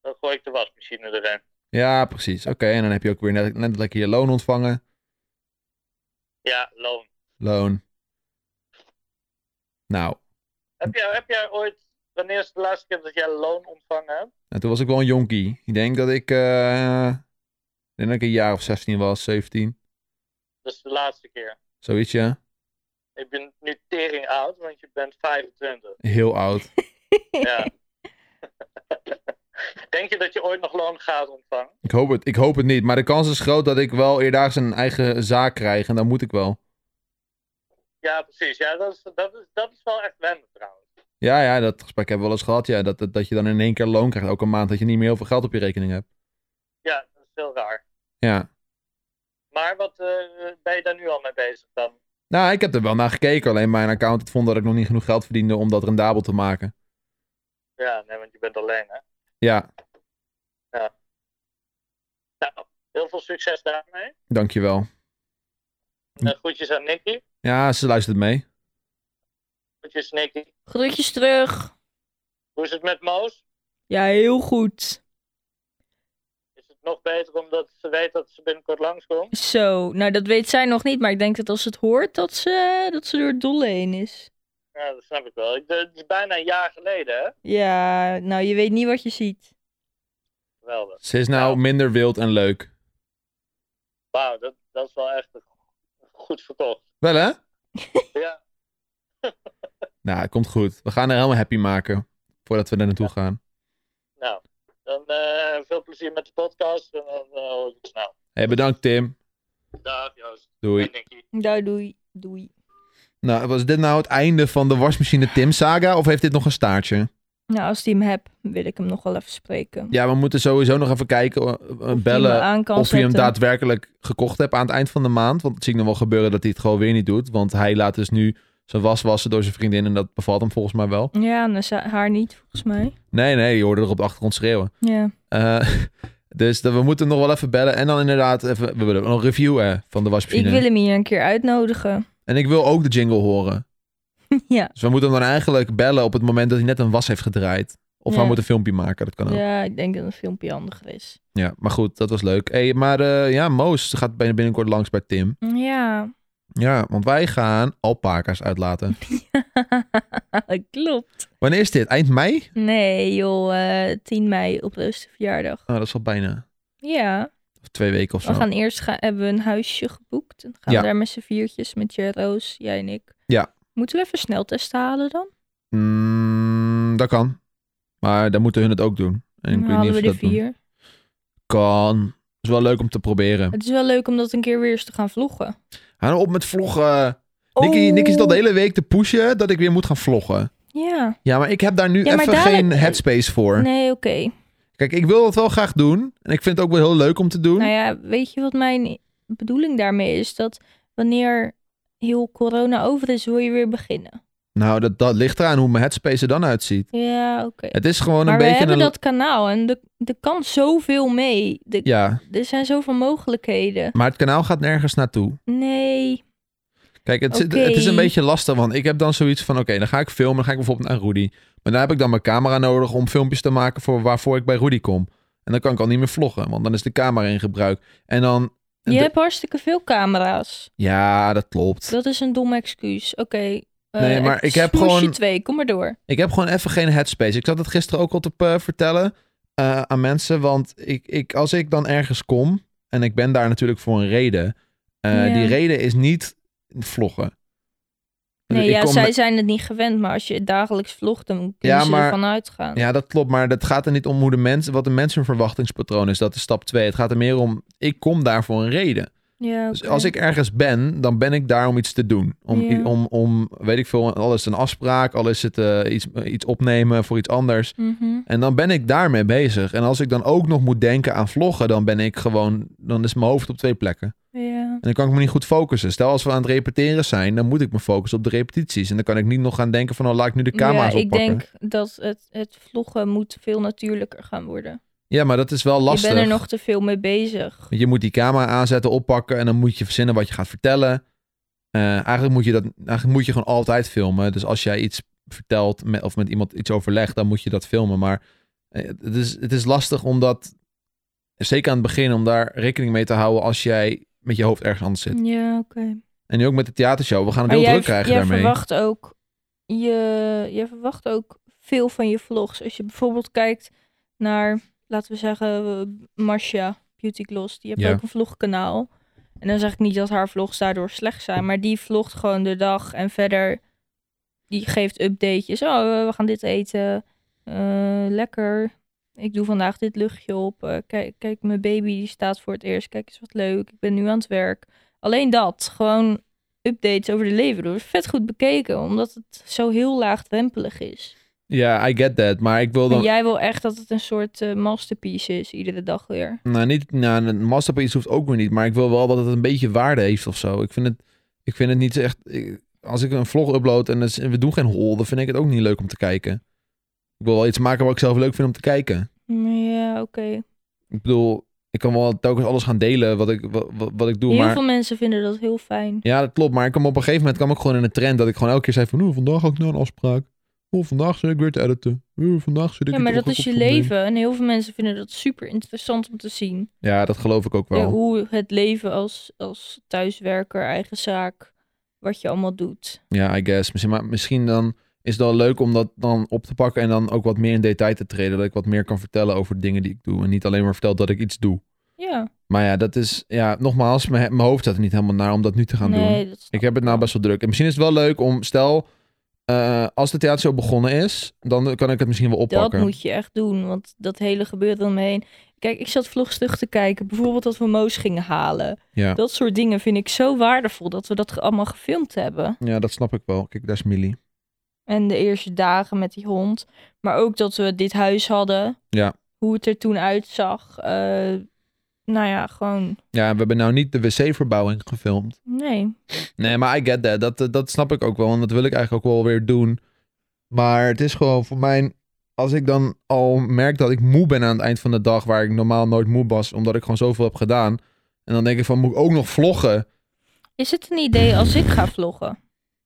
dan gooi ik de wasmachine erin.
ja precies. Oké, en dan heb je ook weer net, net lekker je loon ontvangen.
Ja, loon.
Loon. Nou,
Heb jij, heb jij ooit. Wanneer is de laatste keer dat jij loon ontvangen hebt?
en toen was ik wel een jonkie. Ik denk dat ik, eh, ik denk dat ik een jaar of 16 was, 17.
Dat is de laatste keer.
Zoiets ja,
Ik ben nu tering oud, want je bent 25.
heel oud.
Ja. Denk je dat je ooit nog loon gaat ontvangen?
Ik hoop het, ik hoop het niet. Maar de kans is groot dat ik wel eerdaags een eigen zaak krijg en dan moet ik wel.
Ja, precies. Ja, dat is, dat is, dat is wel echt wennen trouwens.
Ja, ja, dat gesprek hebben we wel eens gehad. Ja, dat, dat, dat je dan in één keer loon krijgt, elke maand, dat je niet meer heel veel geld op je rekening hebt.
Ja, dat is heel raar.
Ja.
Maar wat eh, ben je daar nu al mee bezig dan?
Nou, ik heb er wel naar gekeken. Alleen mijn accountant vond dat ik nog niet genoeg geld verdiende om dat rendabel te maken.
Ja, nee, want je bent alleen, hè?
Ja,
Nou, heel veel succes daarmee.
dankjewel.
Eh, groetjes aan Nicky.
Ja, ze luistert mee.
Groetjes, Nicky.
Groetjes terug.
Hoe is het met Moos?
Ja, heel goed.
Is het nog beter omdat ze weet dat ze binnenkort langskomt?
Zo, nou dat weet zij nog niet, maar ik denk dat als ze het hoort, dat ze, dat ze door het dolle heen is.
Ja, dat snap ik wel. Ik- Het is bijna een jaar geleden, hè?
Ja, nou je weet niet wat je ziet.
Geweldig.
Ze is nou minder wild en leuk.
Wauw, dat, dat is wel echt goed verkocht.
Wel hè?
Ja.
Nou, het komt goed. We gaan haar helemaal happy maken voordat we er naartoe gaan.
Nou, dan eh, veel plezier met de podcast en dan eh, hoor ik het snel.
hey, bedankt Tim.
Dag Joost.
Doei.
En Nicky.
Nou doei, doei.
Nou, was dit nou het einde van de wasmachine Tim saga of heeft dit nog een staartje?
Nou, als die hem heb, wil ik hem nog wel even spreken.
Ja, we moeten sowieso nog even kijken, eh, eh,
Die me
bellen
aan kan
of je hem
zetten.
daadwerkelijk gekocht hebt aan het eind van de maand. Want het zie ik nog wel gebeuren dat hij het gewoon weer niet doet. Want hij laat dus nu zijn was wassen door zijn vriendin en dat bevalt hem volgens mij wel.
Ja, nou, ze- haar niet volgens mij.
Nee, nee, je hoorde er op de achtergrond schreeuwen.
Ja.
Eh, dus dat, we moeten hem nog wel even bellen. En dan inderdaad, even, we willen een review eh, van de
Ik
wasmachine.
wil hem hier een keer uitnodigen.
En ik wil ook de jingle horen.
Ja.
Dus we moeten hem dan eigenlijk bellen op het moment dat hij net een was heeft gedraaid. Of
Ja.
hij moet een filmpje maken, dat kan ook. Ja,
Ja, ik denk dat een filmpje handiger is.
maar goed, dat was leuk. Hey, maar eh, ja, Moos gaat bijna binnenkort langs bij Tim.
Ja,
Ja, want wij gaan alpaca's uitlaten.
klopt.
Wanneer is dit? Eind mei?
Nee joh, eh, 10 mei op de eerste verjaardag.
Oh, dat is al bijna
Ja,
of twee weken of zo.
we gaan eerst ga hebben we een huisje geboekt. Dan gaan
Ja.
we daar met z'n viertjes, met je, Roos, jij en ik.
Ja.
Moeten we even sneltesten halen dan?
Mm, dat kan. Maar dan moeten hun het ook doen. En ik weet
Dan
niet
halen
of
we
ze
de
dat doen.
vier.
Kan. Is wel leuk om te proberen.
Het is wel leuk om dat een keer weer eens te gaan vloggen.
Hou nou op met vloggen. Nicky,
Oh.
Nicky zit al de hele week te pushen dat ik weer moet gaan vloggen.
Ja,
Ja, maar ik heb daar nu
Ja, maar
even
dadelijk-
geen headspace voor.
nee, oké.
Kijk, ik wil dat wel graag doen. En ik vind het ook wel heel leuk om te doen.
Nou ja, weet je wat mijn bedoeling daarmee is? Dat wanneer heel corona over is, wil je weer beginnen.
Nou, dat, dat ligt eraan hoe mijn headspace er dan uitziet.
Ja, oké.
Het is gewoon
Maar
een
we
beetje
hebben
een...
dat kanaal en er er kan zoveel mee. De-
Ja,
Er zijn zoveel mogelijkheden.
maar het kanaal gaat nergens naartoe.
Nee.
Kijk, het, zit-
Oké.
het is een beetje lastig, want ik heb dan zoiets van... Oké, dan ga ik filmen, dan ga ik bijvoorbeeld naar Rudy. Maar dan heb ik dan mijn camera nodig om filmpjes te maken voor waarvoor ik bij Rudy kom. En dan kan ik al niet meer vloggen, want dan is de camera in gebruik. En dan...
Je
de-
hebt hartstikke veel camera's.
Ja, dat klopt.
Dat is een dom excuus. Oké. eh,
Nee, maar ik heb
smoesje
gewoon-
twee, kom maar door.
Ik heb gewoon even geen headspace. Ik zat het gisteren ook al te eh, vertellen eh, aan mensen. Want ik, ik, als ik dan ergens kom, en ik ben daar natuurlijk voor een reden. eh,
Ja.
Die reden is niet vloggen.
Nee,
Ik
ja,
kom-
zij zijn het niet gewend, maar als je dagelijks vlogt, dan kunnen
Ja,
ze
maar-
ervan uitgaan.
Ja, dat klopt. Maar dat gaat er niet om hoe de mensen, wat de mensen hun verwachtingspatroon is. Dat is stap 2. Het gaat er meer om, ik kom daar voor een reden.
Ja,
Dus
oké.
als ik ergens ben, dan ben ik daar om iets te doen. Om,
Ja.
om, om weet ik veel, al is het een afspraak, al is het eh, iets, iets opnemen voor iets anders.
Mhm.
En dan ben ik daarmee bezig. En als ik dan ook nog moet denken aan vloggen, dan ben ik gewoon, dan is mijn hoofd op twee plekken.
Ja.
En dan kan ik me niet goed focussen. Stel als we aan het repeteren zijn, dan moet ik me focussen op de repetities. En dan kan ik niet nog gaan denken van, oh laat ik nu de camera's
ja, ik
oppakken.
denk dat het, het vloggen moet veel natuurlijker gaan worden.
Ja, maar dat is wel lastig.
Je bent er nog te veel mee bezig.
Want Je moet die camera aanzetten, oppakken en dan moet je verzinnen wat je gaat vertellen. Eh, eigenlijk, moet je dat, eigenlijk moet je gewoon altijd filmen. Dus als jij iets vertelt met, of met iemand iets overlegt, dan moet je dat filmen. Maar eh, het, is, het is lastig om dat, zeker aan het begin, om daar rekening mee te houden als jij met je hoofd ergens anders zit.
Ja, oké.
En nu ook met de theatershow. We gaan het
Maar
heel
jij,
druk krijgen
jij
daarmee.
verwacht ook je, jij verwacht ook veel van je vlogs. Als je bijvoorbeeld kijkt naar, laten we zeggen, eh, Marcia Beauty Gloss, die heeft
Ja.
ook een vlogkanaal. En dan zeg ik niet dat haar vlogs daardoor slecht zijn, maar die vlogt gewoon de dag en verder die geeft updatejes. Oh, eh, we gaan dit eten. Eh, lekker. Ik doe vandaag dit luchtje op. Eh, kijk, kijk, mijn baby die staat voor het eerst. Kijk eens wat leuk. Ik ben nu aan het werk. Alleen dat. Gewoon updates over de leven. Dat wordt vet goed bekeken, omdat het zo heel laagdrempelig is.
Ja, I get that. Maar ik wil
En
dan...
jij wil echt dat het een soort eh, masterpiece is, iedere dag weer.
Nou, niet, nou, een masterpiece hoeft ook weer niet. Maar ik wil wel dat het een beetje waarde heeft of zo. Ik vind het, ik vind het niet echt... ik- als ik een vlog upload en het is- we doen geen hol, dan vind ik het ook niet leuk om te kijken. Ik wil wel iets maken wat ik zelf leuk vind om te kijken.
Ja, oké.
Ik bedoel, ik kan wel telkens alles gaan delen wat ik, wat, wat, wat ik doe.
Heel
maar...
veel mensen vinden dat heel fijn.
Ja, dat klopt. Maar ik kwam op een gegeven moment kwam ik gewoon in een trend dat ik gewoon elke keer zei van... Oh, vandaag had ik nou een afspraak. Oh, vandaag zit ik weer te editen. Oh, vandaag zit ik
Ja,
weer
maar
te-
dat is je
op- op- op-
leven. En heel veel mensen vinden dat super interessant om te zien.
Ja, dat geloof ik ook wel.
Ja, hoe het leven als, als thuiswerker, eigen zaak, wat je allemaal doet.
Ja, I guess. Misschien, maar misschien dan is het wel leuk om dat dan op te pakken en dan ook wat meer in detail te treden. Dat ik wat meer kan vertellen over de dingen die ik doe. En niet alleen maar vertel dat ik iets doe.
Ja,
Maar ja, dat is, ja, nogmaals, mijn, mijn hoofd staat er niet helemaal naar om dat nu te gaan doen.
nee, dat
Ik heb het nou best wel druk. En misschien is het wel leuk om, stel, eh, als de theatershow begonnen is, dan kan ik het misschien wel
Dat
oppakken.
moet je echt doen, want dat hele gebeuren omheen. Kijk, ik zat vlogs terug te kijken. Bijvoorbeeld dat we Moos gingen halen.
Ja.
Dat soort dingen vind ik zo waardevol dat we dat ge- allemaal gefilmd hebben.
ja, dat snap ik wel. Kijk, daar is Millie.
En de eerste dagen met die hond. Maar ook dat we dit huis hadden.
Ja.
Hoe het er toen uitzag. Eh, nou ja, gewoon.
Ja, we hebben nou niet de wc-verbouwing gefilmd.
Nee.
Nee, maar I get that. Dat, eh, dat snap ik ook wel. En dat wil ik eigenlijk ook wel weer doen. Maar het is gewoon voor mij... Als ik dan al merk dat ik moe ben aan het eind van de dag... waar ik normaal nooit moe was, omdat ik gewoon zoveel heb gedaan... en dan denk ik van, moet ik ook nog vloggen?
Is het een idee als ik ga vloggen?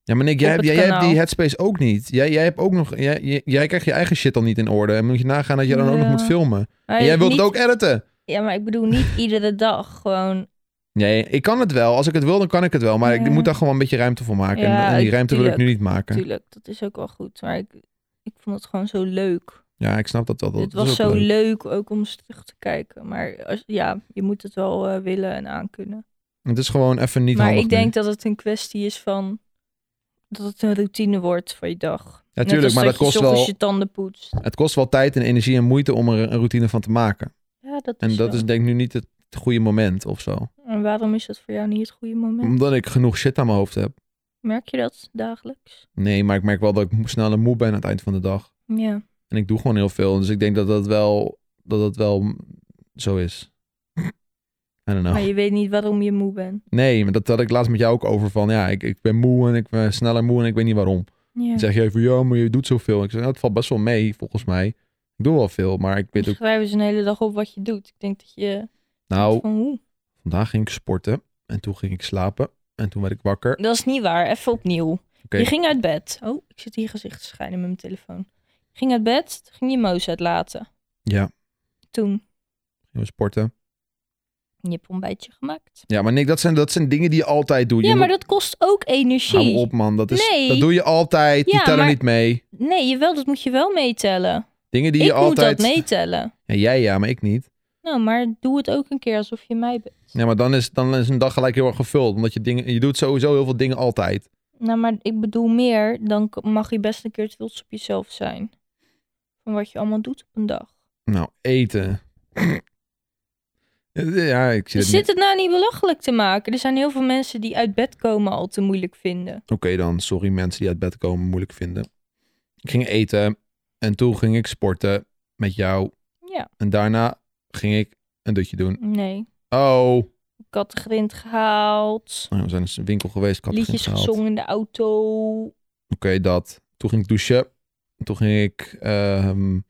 Ja, maar Nick, jij,
Op
hebt,
het
jij, jij hebt die
kanaal.
headspace ook niet. Jij, jij, hebt ook nog, jij, jij, jij krijgt je eigen shit al niet in orde. En moet je nagaan dat je dan ook nog
Ja.
moet filmen.
Maar
En jij wilt
niet-
het ook editen.
Ja, maar ik bedoel niet iedere dag. Gewoon.
Nee, ik kan het wel. Als ik het wil, dan kan ik het wel. Maar ik
Ja.
moet daar gewoon een beetje ruimte voor maken. En-
Ja,
en, die ruimte wil ik nu
tuurlijk.
niet maken.
Tuurlijk, dat is ook wel goed. Maar ik, ik vond het gewoon zo leuk.
Ja, ik snap dat wel. Dat
Het
is
was
ook
zo
leuk.
leuk. ook om eens terug te kijken. Maar als, ja, je moet het wel eh, willen en aankunnen.
Het is gewoon even niet
maar
handig
ik
nu.
denk dat het een kwestie is van... dat het een routine wordt voor je dag.
Ja, tuurlijk, maar dat kost
je 's ochtends
wel-
je tanden poetst.
Het kost wel tijd en energie en moeite om er een routine van te maken.
Ja, dat
En
is
dat
zo.
is denk ik nu niet het goede moment of zo.
En waarom is dat voor jou niet het goede moment?
Omdat ik genoeg shit aan mijn hoofd heb.
Merk je dat dagelijks?
Nee, maar ik merk wel dat ik mo- sneller moe ben aan het eind van de dag.
Ja.
En ik doe gewoon heel veel. Dus ik denk dat dat wel, dat dat wel zo is. I don't
Maar
know.
je weet niet waarom je moe bent.
Nee, maar dat had ik laatst met jou ook over van ja, ik, ik ben eh, moe en ik ben sneller moe en ik weet niet waarom.
Ja.
Dan zeg je van, ja, maar je doet zoveel. Ik zeg, nou, het valt best wel mee, volgens mij. Ik doe wel veel, maar ik weet
Je
ook...
schrijven ze een hele dag op wat je doet. Ik denk dat je
Nou,
van hoe.
vandaag ging ik sporten en toen ging ik slapen en toen werd ik wakker.
Dat is niet waar. Even opnieuw.
Oké.
Je ging uit bed. Oh, ik zit hier gezicht te schijnen met mijn telefoon. Je ging uit bed, toen ging je moos uitlaten.
Ja,
Toen,
gingen we sporten.
je hebt ontbijtje gemaakt.
Ja, maar Nick, dat zijn, dat zijn dingen die je altijd doet. Je
ja, maar
moet-
dat kost ook energie.
Hou op, man. Dat, is,
Nee.
dat doe je altijd. die
Ja,
tellen
maar-
niet mee.
Nee, jawel, dat moet je wel meetellen.
Dingen die
ik
je
moet
altijd...
dat meetellen.
Ja, jij ja, maar ik niet.
Nou, maar doe het ook een keer alsof je mij bent.
Ja, maar dan is, dan is een dag gelijk heel erg gevuld. Omdat je dingen... Je doet sowieso heel veel dingen altijd.
Nou, maar ik bedoel meer, dan k- mag je best een keer trots op jezelf zijn. Van wat je allemaal doet op een dag.
Nou, eten. ja, ik
Je
zit...
zit het nou niet belachelijk te maken. Er zijn heel veel mensen die uit bed komen al te moeilijk vinden.
Oké dan, sorry mensen die uit bed komen moeilijk vinden. Ik ging eten en toen ging ik sporten met jou.
Ja,
En daarna ging ik een dutje doen.
nee.
Oh,
Ik had de grind gehaald.
Nou, we zijn dus in een winkel geweest. Ik had het
liedjes
gehaald.
gezongen in de auto.
Oké, dat. Toen ging ik douchen. Toen ging ik ehm,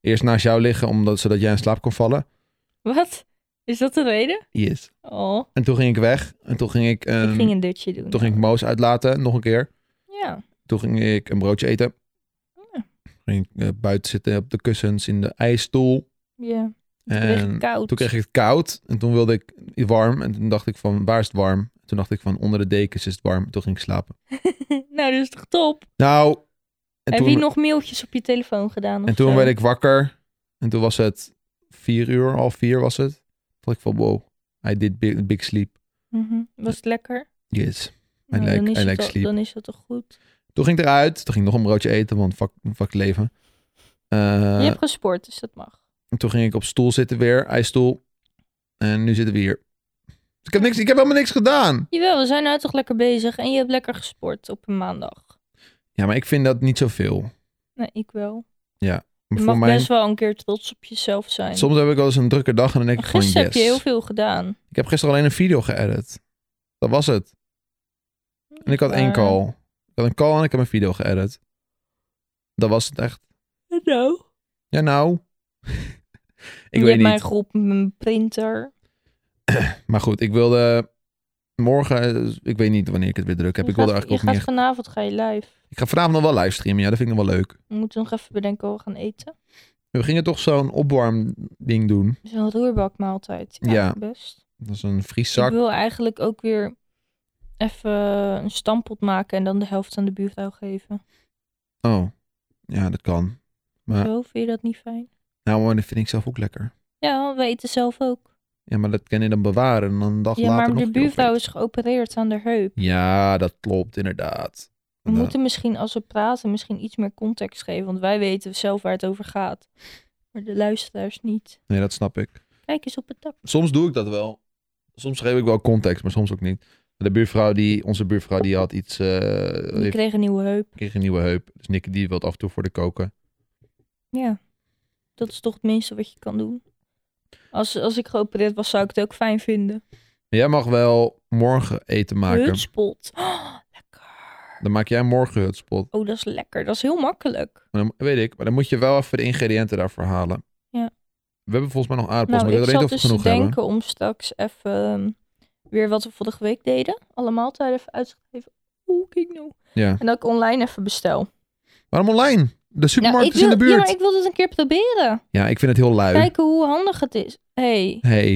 eerst naast jou liggen, omdat, zodat jij in slaap kon vallen.
Wat? Is dat de reden?
Yes.
Oh,
En toen ging ik weg. En toen ging ik, ehm,
ik ging een dutje doen.
toen ging ik Moos uitlaten, nog een keer.
Ja,
Toen ging ik een broodje eten.
Oh Ja.
Ging ik eh, buiten zitten op de kussens in de ijsstoel.
ja. Toen werd
En
het koud.
Ehm, toen kreeg ik het koud. En toen wilde ik warm. En toen dacht ik van, waar is het warm? Toen dacht ik van, onder de dekens is het warm. Toen ging ik slapen.
nou, dat is toch top?
Nou, en
Heb
toen,
je nog mailtjes op je telefoon gedaan?
en
of
toen
zo?
werd ik wakker. En toen was het vier uur, half vier was het. Toen dacht ik van, wow, I did big, big sleep.
Mhm. Was het lekker?
Yes.
Nou,
like-
dan,
I
is het
like
al-
sleep.
dan is dat toch goed?
Toen ging ik eruit. Toen ging ik nog een broodje eten, want fuck, fuck leven. Eh,
je hebt gesport, dus dat mag.
En toen ging ik op stoel zitten weer, ijsstoel. En nu zitten we hier. Dus ik heb, niks, ik heb helemaal niks gedaan.
Jawel, we zijn nou toch lekker bezig. En je hebt lekker gesport op een maandag.
Ja, maar ik vind dat niet zoveel.
Nee, ik wel.
Maar
Je
voor
mag
mij,
best wel een keer trots op jezelf zijn.
soms heb ik wel eens een drukke dag en dan denk ik
Gisteren
gewoon
heb je heel
yes.
veel gedaan.
Ik heb gisteren alleen een video geëdit. Dat was het. En ik had één
Maar-
call. Ik had een call en ik heb een video geëdit. Dat was het echt.
Nou.
Ja, nou. ik
je
weet
hebt
niet.
mijn groep, mijn printer.
Maar goed, ik wilde morgen, eh, ik weet niet wanneer ik het weer druk heb.
Je
ik wilde
gaat-
eigenlijk
je
ook
gaat
meer.
vanavond ga je live.
Ik ga vanavond nog wel livestreamen. Ja, dat vind ik nog wel leuk.
We moeten nog even bedenken wat we gaan eten.
We gingen toch zo'n opwarmding doen.
Zo'n roerbakmaaltijd. Ja,
Ja.
best.
Dat is een vrieszak.
Ik wil eigenlijk ook weer even een stampot maken en dan de helft aan de buurvrouw geven.
Oh, ja, dat kan. Ja.
Zo, vind je dat niet fijn?
Nou, maar dat vind ik zelf ook lekker.
Ja, we eten zelf ook.
Ja, maar dat kan je dan bewaren en dan een dag
Ja,
later
maar
nog
de
een keer
buurvrouw
opeten.
is geopereerd aan de heup.
Ja, dat klopt inderdaad.
We
Ja.
moeten misschien als we praten misschien iets meer context geven, want wij weten zelf waar het over gaat. Maar de luisteraars niet.
Nee, dat snap ik.
Kijk eens op het dak.
Soms doe ik dat wel. Soms geef ik wel context, maar soms ook niet. De buurvrouw die, onze buurvrouw die had iets, eh
Die
heeft,
kreeg een nieuwe heup.
kreeg een nieuwe heup. Dus Nicky die wil het af en toe voor de koken.
Ja, dat is toch het minste wat je kan doen. Als, als ik geopereerd was, zou ik het ook fijn vinden.
Maar jij mag wel morgen eten maken.
Hutspot. Oh, lekker.
Dan maak jij morgen hutspot.
Oh, dat is lekker. Dat is heel makkelijk.
Maar dan, weet ik, maar dan moet je wel even de ingrediënten daarvoor halen.
Ja.
We hebben volgens mij nog aardappels,
nou,
maar ik
ik
weet niet
zat
of we
dus te
genoeg
denken
hebben.
om straks even ehm, weer wat we vorige week deden. Allemaal tijd even uitgegeven. Oeh, kijk nou.
Ja.
En dat ik online even bestel.
Waarom online? De supermarkt
Nou, ik
is in de
wil- Ja,
buurt.
maar ik wil het een keer proberen.
Ja, ik vind het heel lui.
Kijken hoe handig het is. Hey.
Hey.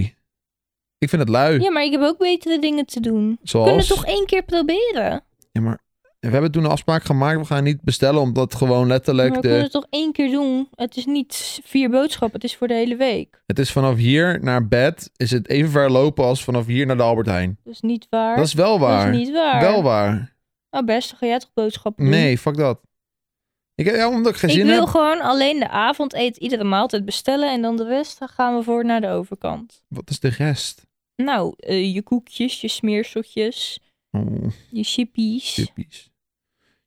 Ik vind het lui.
Ja, maar ik heb ook betere dingen te doen. We kunnen
Zoals.
het toch één keer proberen?
Ja, maar we hebben toen een afspraak gemaakt. We gaan niet bestellen omdat gewoon
maar
letterlijk
we kunnen
de.
het toch één keer doen? Het is niet vier boodschappen, het is voor de hele week.
Het is vanaf hier naar bed is het even ver lopen als vanaf hier naar de Albert Heijn.
Dat is niet waar.
Dat is wel
Dat is
waar.
niet waar.
Wel waar.
Nou best, dan ga jij toch boodschappen doen?
Nee, fuck dat. Ik heb ja, omdat ik geen
Ik
zin
wil
heb.
gewoon alleen de avondeten, iedere maaltijd bestellen en dan de rest dan gaan we voor naar de overkant.
Wat is de rest?
Nou, eh, je koekjes, je smeerseltjes,
Oh,
je chippies.
chippies.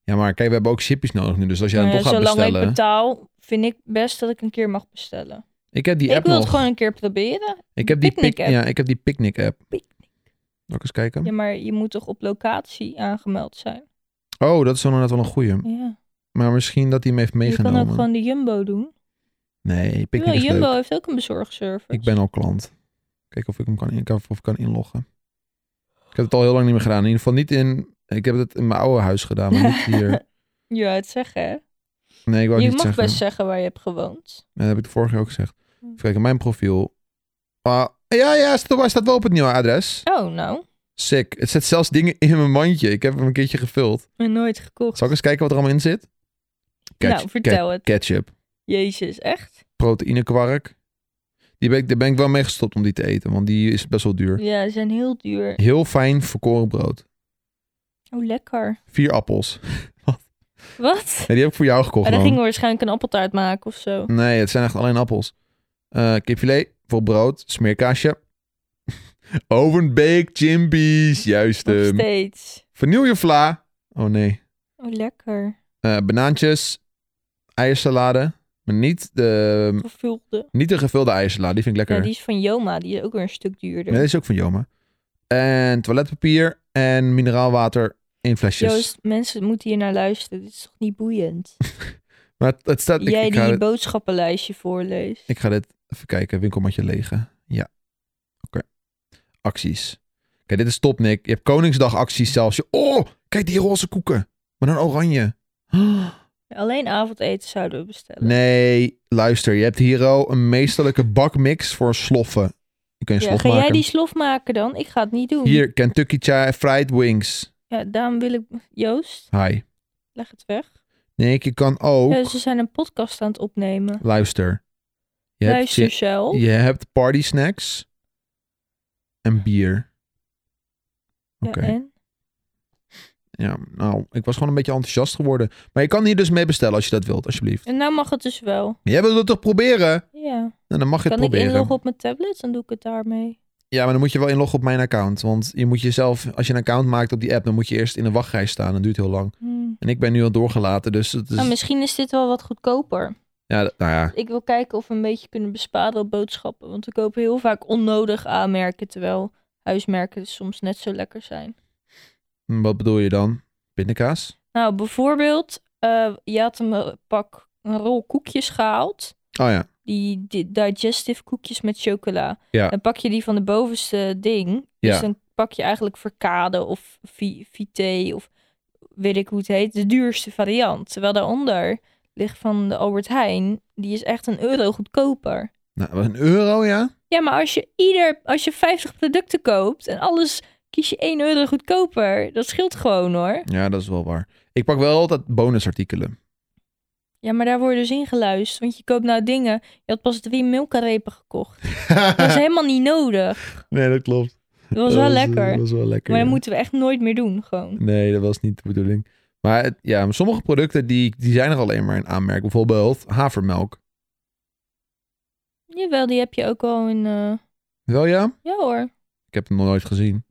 Ja, maar kijk, we hebben ook chippies nodig nu. Dus als jij
Nou
dan
ja,
toch gaat
zolang
bestellen.
ik
Ik,
betaal, vind ik best dat ik een keer mag bestellen.
heb die
ik
app
wil
nog.
het gewoon een keer proberen.
ik heb die pic-
picknick-app.
Ja, ik heb die picnic app.
Picnic.
Zal ik eens kijken?
Ja, maar je moet toch op locatie aangemeld zijn?
Oh, dat is wel inderdaad wel een goeie.
Ja.
Maar misschien dat hij hem heeft
Je kan
meegenomen.
ook gewoon de Jumbo doen.
Nee,
Jawel,
Picnic is
Jumbo
leuk.
heeft ook een bezorgservice.
Ik ben al klant. Kijk of ik hem kan, in, of ik kan inloggen. Ik heb het al heel lang niet meer gedaan. In ieder geval niet in... Ik heb het in mijn oude huis gedaan, maar niet hier.
Ja, het zeggen hè.
Nee, ik wou
Je
niet
mag
zeggen.
best Hmm. zeggen waar je hebt gewoond.
Ja, Dat heb ik vorig jaar ook gezegd. Even kijken, mijn profiel. Ah, ja, ja, staat, op, staat wel op het nieuwe adres.
Oh, nou.
Sick. Het zet zelfs dingen in mijn mandje. Ik heb hem een keertje gevuld.
En nooit gekocht.
Zal ik eens kijken wat er allemaal in zit?
nou, vertel het.
Ketchup,
Jezus, echt?
proteïnekwark. Die ben ik, daar ben ik wel mee gestopt om die te eten, want die is best wel duur.
Ja, ze zijn heel duur.
Heel fijn verkoren brood.
Oh, lekker.
Vier appels.
Wat?
Nee, die heb ik voor jou gekocht.
En
man.
dan Oh, gingen we waarschijnlijk een appeltaart maken of zo.
Nee, het zijn echt alleen appels. Eh kipfilet voor brood, smeerkaasje. Ovenbaked chimpies, juist.
Nog
hem.
steeds.
Vernieuw je vla. Oh nee.
Oh, lekker.
Eh, banaantjes, eiersalade. Maar niet de,
Vervulde.
niet de gevulde eiersalade, die vind ik
Ja,
lekker.
die is van Joma. Die is ook weer een stuk duurder.
Nee, deze is ook van Joma. En toiletpapier en mineraalwater in flesjes.
Joost, mensen moeten hier naar luisteren. Dit is toch niet boeiend?
Maar het, het staat... Ik,
Jij
ik,
die
ga
je
dit,
boodschappenlijstje voorleest.
ik ga dit even kijken. Winkelmatje legen. Ja. Oké. Acties. Oké, dit is top, Nick. Je hebt Koningsdag acties zelfs. Je- Oh, kijk die roze koeken. Maar dan oranje.
Alleen avondeten zouden we bestellen.
Nee, luister. Je hebt hier al een meesterlijke bakmix voor sloffen. Je kunt je
Ja,
slof
ga
maken.
jij die slof maken dan? Ik ga het niet doen.
Hier, Kentucky Chai Fried Wings.
Ja, daarom wil ik... Joost,
Hi.
leg het weg.
Nick, je kan ook...
Ja, ze zijn een podcast aan het opnemen.
Luister. Je hebt
Luister
chi-
zelf.
Je hebt party snacks en bier.
Ja,
Oké. Ja,
en?
nou, ik was gewoon een beetje enthousiast geworden. Maar je kan hier dus mee bestellen als je dat wilt, alsjeblieft.
En nou mag het dus wel.
Jij wilt het toch proberen?
Ja.
Nou, dan mag je
Kan
het
ik
proberen.
inloggen op mijn tablet? Dan doe ik het daarmee.
Ja, maar dan moet je wel inloggen op mijn account. Want je moet jezelf, als je een account maakt op die app, dan moet je eerst in een wachtrij staan. Dat duurt heel lang.
Hmm.
En ik ben nu al doorgelaten, dus het is...
Nou, misschien is dit wel wat goedkoper.
ja, d- nou ja,
Ik wil kijken of we een beetje kunnen besparen op boodschappen. Want we kopen heel vaak onnodig aanmerken. Terwijl huismerken dus soms net zo lekker zijn.
Hm, wat bedoel je dan? Pindakaas?
Nou, bijvoorbeeld, eh, je had een eh, pak, een rol koekjes gehaald.
Oh ja,
Die, di- digestive koekjes met chocola.
Ja.
Dan pak je die van de bovenste ding. Dus
Ja.
dan pak je eigenlijk verkade of vi- vité of weet ik hoe het heet. De duurste variant. Terwijl daaronder ligt van de Albert Heijn. Die is echt een euro goedkoper.
nou, een euro, ja?
Ja, maar als je ieder, als je 50 producten koopt en alles kies je 1 euro goedkoper, dat scheelt gewoon hoor.
Ja, dat is wel waar. Ik pak wel altijd bonusartikelen.
Ja, maar daar word je dus ingeluisterd, want je koopt nou dingen. Je had pas drie milkarepen gekocht. Dat is helemaal niet nodig.
Nee, dat klopt.
Dat was wel lekker.
Dat eh, was wel lekker.
Maar dat
ja.
moeten we echt nooit meer doen, gewoon.
Nee, dat was niet de bedoeling. Maar het- ja, maar sommige producten die, die zijn er alleen maar in aanmerking. Bijvoorbeeld havermelk.
Jawel, die heb je ook al in. eh,
Wel ja?
Ja hoor,
Ik heb hem nog nooit gezien.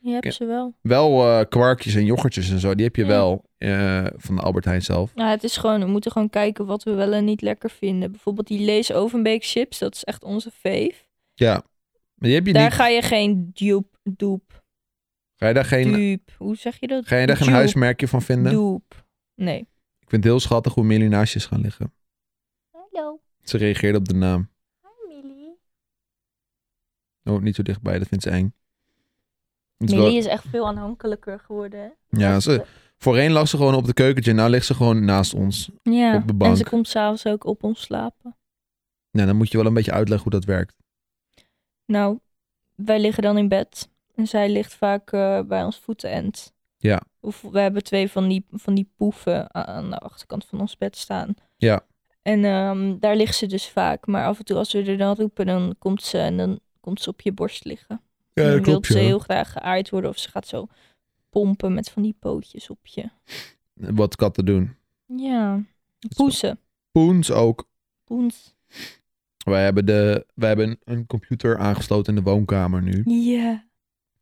je hebt
Ja.
ze wel.
Wel eh, kwarkjes en yoghurtjes en zo. Die heb je
Ja.
wel eh, van de Albert Heijn zelf.
Nou, het is gewoon, we moeten gewoon kijken wat we wel en niet lekker vinden. Bijvoorbeeld die Lees Ovenbeek chips, dat is echt onze fave.
Ja. Maar die heb je
Daar
niet.
ga je geen dupe, doep,
Ga je daar geen,
dupe. Hoe zeg je dat?
ga je daar geen
Dupe.
huismerkje van vinden?
Doep. Nee.
Ik vind het heel schattig hoe Millie naast je is gaan liggen.
Hallo,
Ze reageerde op de naam.
Millie.
Oh, niet zo dichtbij. Dat vindt ze eng. Het is wel-
Millie is echt veel aanhankelijker geworden. hè?
Ja, ze, voorheen lag ze gewoon op de keukentje. Nou ligt ze gewoon naast ons.
Ja.
Op de bank.
En ze komt s'avonds ook op ons slapen.
Nou, dan moet je wel een beetje uitleggen hoe dat werkt.
Nou, wij liggen dan in bed. En zij ligt vaak eh, bij ons voetenend.
Ja.
Of we hebben twee van die, van die poeven a- aan de achterkant van ons bed staan.
Ja.
En ehm, daar ligt ze dus vaak. Maar af en toe als we er dan roepen, dan komt ze en dan komt ze op je borst liggen. En dan wil ze heel graag geaaid worden of ze gaat zo pompen met van die pootjes op je.
Wat katten doen.
Ja.
is wel-
Poezen.
Poens ook.
Poens.
Wij hebben, de, wij hebben een, een computer aangesloten in de woonkamer nu.
Ja.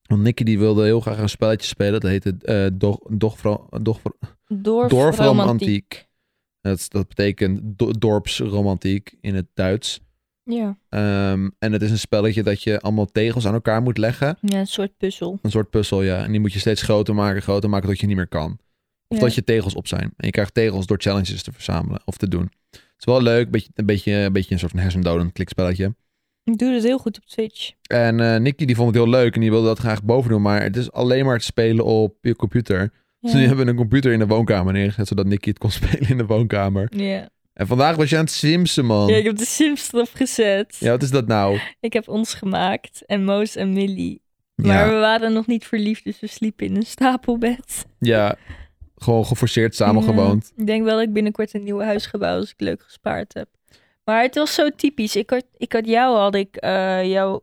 Want Nicky die wilde heel graag een spelletje spelen. Dat heette eh Doch, Dochvro- Dochvro- Dorfromantiek.
Dorfromantiek.
dat, is- dat betekent do- dorpsromantiek in het Duits.
Ja.
Ehm, en het is een spelletje dat je allemaal tegels aan elkaar moet leggen.
ja, een soort puzzel.
Een soort puzzel, ja. En die moet je steeds groter maken, groter maken tot je niet meer kan. Of
Ja.
dat je tegels op zijn. En je krijgt tegels door challenges te verzamelen of te doen. Het is wel leuk, beetje, een, beetje, een beetje een soort van hersendodend klikspelletje.
Ik doe dat heel goed op Twitch.
En eh, Nicky die vond het heel leuk en die wilde dat graag boven doen. Maar het is alleen maar te spelen op je computer. Dus nu
Ja.
hebben we een computer in de woonkamer neergezet, zodat Nicky het kon spelen in de woonkamer.
Ja.
En vandaag was je aan het simsen, man.
Ja,
Ja,
ik heb de Sims erop gezet.
wat is dat nou?
Ik heb ons gemaakt en Moos en Millie. Maar
Ja,
we waren nog niet verliefd, dus we sliepen in een stapelbed.
ja, gewoon geforceerd samen
Ja.
gewoond.
Ik denk wel dat ik binnenkort een nieuw huis gebouw als ik leuk gespaard heb. Maar het was zo typisch. Ik had, ik had jou, had ik eh, jou.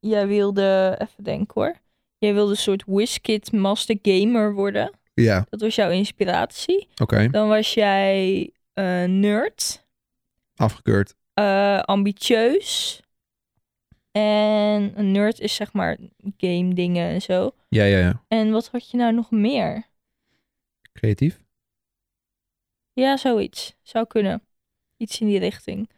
Jij wilde, even denken hoor. Jij wilde een soort WizKid Master Gamer worden.
Ja,
Dat was jouw inspiratie.
oké.
Dan was jij eh, nerd,
Afgekeurd.
eh, ambitieus. En een nerd is zeg maar game dingen en zo.
Ja, ja, ja.
En wat had je nou nog meer?
Creatief.
Ja, zoiets. Zou kunnen. Iets in die richting.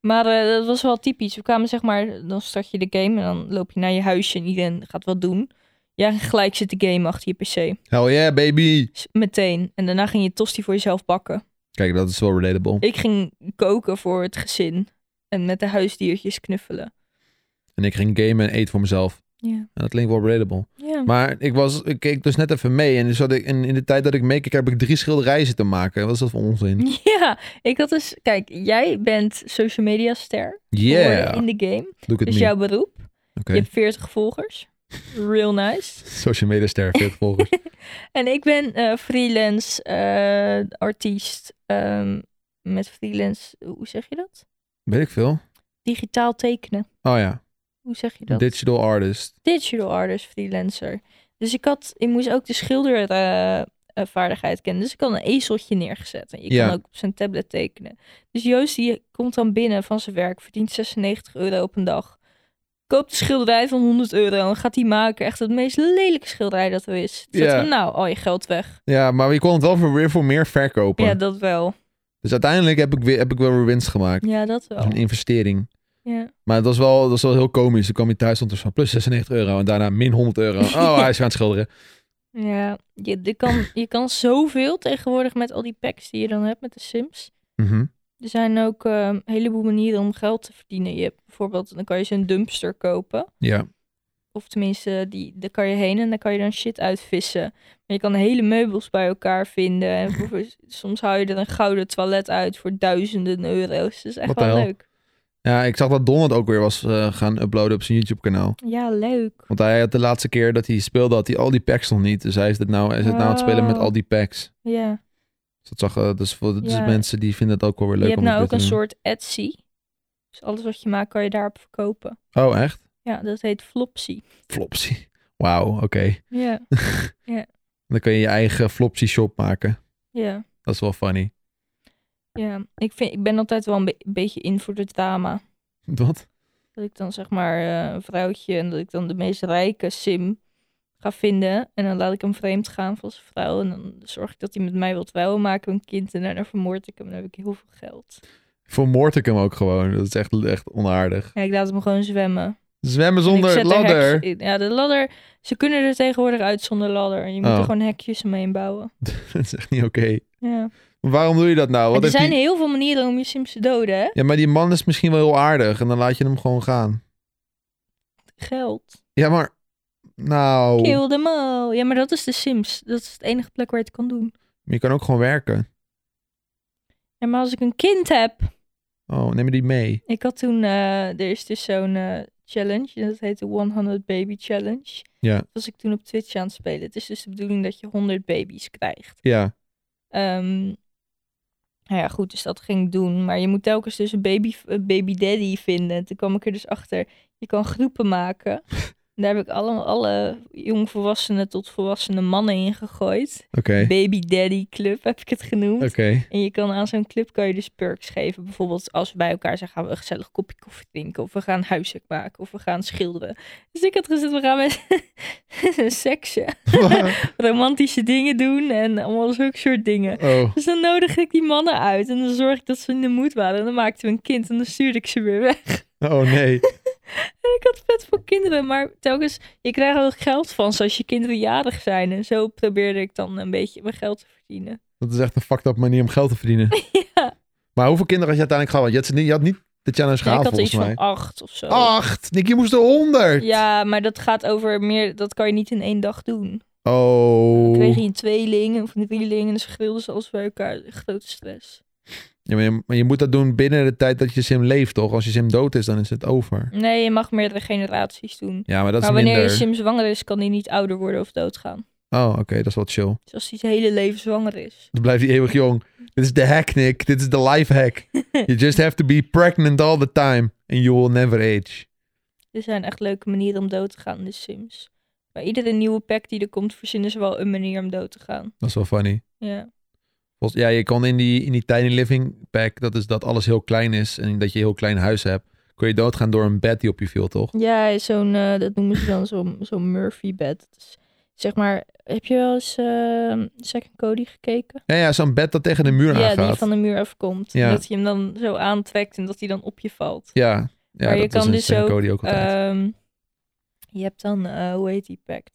Maar eh, dat was wel typisch. We kwamen zeg maar, dan start je de game en dan loop je naar je huisje en iedereen gaat wat doen. Ja, gelijk zit de game achter je pc.
Hell yeah, baby!
S- Meteen. En daarna ging je tosti voor jezelf bakken.
Kijk, dat is wel relatable.
Ik ging koken voor het gezin. En met de huisdiertjes knuffelen.
En ik ging gamen en eten voor mezelf.
Ja.
En dat klinkt wel relatable.
Ja.
Maar ik, was, ik keek dus net even mee. En, dus had ik, en in de tijd dat ik meekeek, heb ik drie schilderijen zitten maken. Wat is dat voor onzin?
Ja, ik had dus... Kijk, jij bent social media ster geworden
Yeah!
in de game.
Doe ik het
Dus
niet.
jouw beroep.
Oké.
Je hebt 40 volgers. Real nice.
Social media ster, 40 volgers.
En ik ben eh, freelance eh, artiest. ehm, met freelance, hoe zeg je dat?
Weet ik veel.
Digitaal tekenen.
Oh ja,
Hoe zeg je dat?
digital artist.
Digital artist freelancer. Dus ik had, ik moest ook de schildervaardigheid kennen. Dus ik had een ezeltje neergezet. En je
Ja.
kan ook op zijn tablet tekenen. Dus Joost die komt dan binnen van zijn werk, verdient 96 euro op een dag. Koopt een schilderij van 100 euro en gaat die maken. Echt het meest lelijke schilderij dat er is. Dus
Ja.
nou, al je geld weg.
Ja, maar je kon het wel voor, weer voor meer verkopen.
Ja, dat wel.
Dus uiteindelijk heb ik, weer, heb ik wel weer winst gemaakt.
Ja, dat
Dat
wel.
is een investering.
Ja.
Maar het was wel, dat was wel heel komisch. Toen kwam je thuis stond er van plus 96 euro en daarna min 100 euro. Oh, hij is weer aan het schilderen.
Ja, je, je, kan, je kan zoveel tegenwoordig met al die packs die je dan hebt met de Sims.
Mhm.
Er zijn ook eh, een heleboel manieren om geld te verdienen. Je hebt bijvoorbeeld, dan kan je zo'n dumpster kopen.
Ja,
Of tenminste, die, daar kan je heen en dan kan je dan shit uitvissen. Maar je kan hele meubels bij elkaar vinden. En voor- soms haal je er een gouden toilet uit voor duizenden euro's. Dat is echt
Wat de
wel
hel?
leuk.
ja ik zag dat Don het ook weer was eh, gaan uploaden op zijn YouTube kanaal.
Ja, leuk.
Want hij had de laatste keer dat hij speelde, had hij al die packs nog niet. Dus hij is het nou, hij is het nou aan het spelen met
Oh.
al die packs.
Ja.
Dus, dat zag, eh, dus, voor, dus
Ja.
mensen die vinden het ook wel weer leuk
je hebt
om het
nou ook
weer
een
te doen.
soort Etsy. Dus alles wat je maakt kan je daarop verkopen.
Oh, echt?
Ja, dat heet Flopsy.
Flopsy. Wauw, oké.
Ja.
Dan kun je je eigen Flopsy shop maken.
Ja,
Dat is wel funny.
ja. Ik, vind, ik ben altijd wel een be- beetje in voor het drama.
Wat?
Dat ik dan zeg maar eh, een vrouwtje en dat ik dan de meest rijke sim ga vinden. En dan laat ik hem vreemd gaan van zijn vrouw. En dan zorg ik dat hij met mij wil trouwen, maken we een kind en daarna vermoord ik hem. Dan heb ik heel veel geld.
Vermoord ik hem ook gewoon. Dat is echt, echt onaardig.
Ja, ik laat hem gewoon zwemmen.
Zwemmen
En ik
zonder
zet er heks
ladder.
in. Ja, de ladder. Ze kunnen er tegenwoordig uit zonder ladder. En je moet
Oh.
er gewoon hekjes omheen bouwen.
dat is echt niet oké.
Ja.
Waarom doe je dat nou?
En
Wat
er
heeft
zijn
die-
heel veel manieren om je sims te doden, hè?
Ja, maar die man is misschien wel heel aardig. En dan laat je hem gewoon gaan.
Geld.
Ja, maar... Nou...
Kill them all. Ja, maar dat is de Sims. Dat is het enige plek waar je het kan doen.
Je kan ook gewoon werken.
Ja, maar als ik een kind heb.
Oh, neem je die mee?
Ik had toen. eh, er is dus zo'n eh, challenge. en Dat heet de 100 Baby Challenge.
Ja.
Dat was ik toen op Twitch aan het spelen. Het is dus de bedoeling dat je 100 baby's krijgt.
Ja.
Ehm, nou ja, goed, dus dat ging ik doen. Maar je moet telkens dus een baby, een baby daddy vinden. En Toen kwam ik er dus achter. Je kan groepen maken. En Daar heb ik alle, alle jongvolwassenen tot volwassene mannen in gegooid.
Oké.
Baby Daddy Club heb ik het genoemd.
Oké.
En je kan aan zo'n club kan je dus perks geven. Bijvoorbeeld als we bij elkaar zijn, gaan we een gezellig kopje koffie drinken. Of we gaan huiswerk maken. Of we gaan schilderen. Dus ik had gezegd, we gaan met seksen. Romantische dingen doen en allemaal zulke soort dingen.
oh.
Dus dan nodigde ik die mannen uit. En dan zorg ik dat ze in de moed waren. En dan maakten we een kind en dan stuurde ik ze weer weg.
Oh nee.
En ik had vet voor kinderen, maar telkens, je krijgt er wel geld van ze als je kinderen jarig zijn. En zo probeerde ik dan een beetje mijn geld te verdienen.
Dat is echt een fucked up manier om geld te verdienen.
Ja.
Maar hoeveel kinderen had je uiteindelijk gehad? Je had, ze niet, je had niet Tatjana's
Ja,
gehaald,
ik had
volgens
iets
mij.
van acht of zo.
Acht! Nick, je moest er honderd!
Ja, maar dat gaat over meer, dat kan je niet in één dag doen. Dan
Oh.
kreeg je een tweeling of een drieling en ze schreeuwden ze alles bij elkaar. Grote stress.
Ja, maar, je, maar je moet dat doen binnen de tijd dat je sim leeft, toch? Als je sim dood is, dan is het over.
Nee, je mag meerdere generaties doen.
Ja, maar dat is
maar wanneer
minder...
je sim zwanger is, kan die niet ouder worden of doodgaan.
Oh, oké, dat is wel chill.
Dus als die het hele leven zwanger is.
Dan blijft hij eeuwig jong. Dit is de hack, Nick. Dit is de life hack. You just have to be pregnant all the time. And you will never age.
Er zijn echt leuke manieren om dood te gaan in de Sims. Bij iedere nieuwe pack die er komt, verzinnen ze wel een manier om dood te gaan.
Dat is wel funny.
Ja.
Volgens, ja, je kan in die, in die tiny living pack, dat is dat alles heel klein is en dat je een heel klein huis hebt, kun je doodgaan door een bed die op je viel, toch?
Ja, zo'n, eh, dat noemen ze dan zo'n zo'n Murphy-bed. Dat is, zeg maar, heb je wel eens eh Zack en Cody gekeken?
Ja, ja zo'n bed dat tegen de muur
ja,
aangaat.
die van de muur afkomt.
Ja.
Dat hij hem dan zo aantrekt en dat hij dan op je valt.
Ja, ja
Maar je
dat was
kan
in
dus
Sam
ook,
Cody ook altijd.
Ehm, je hebt dan, eh, hoe heet die pack?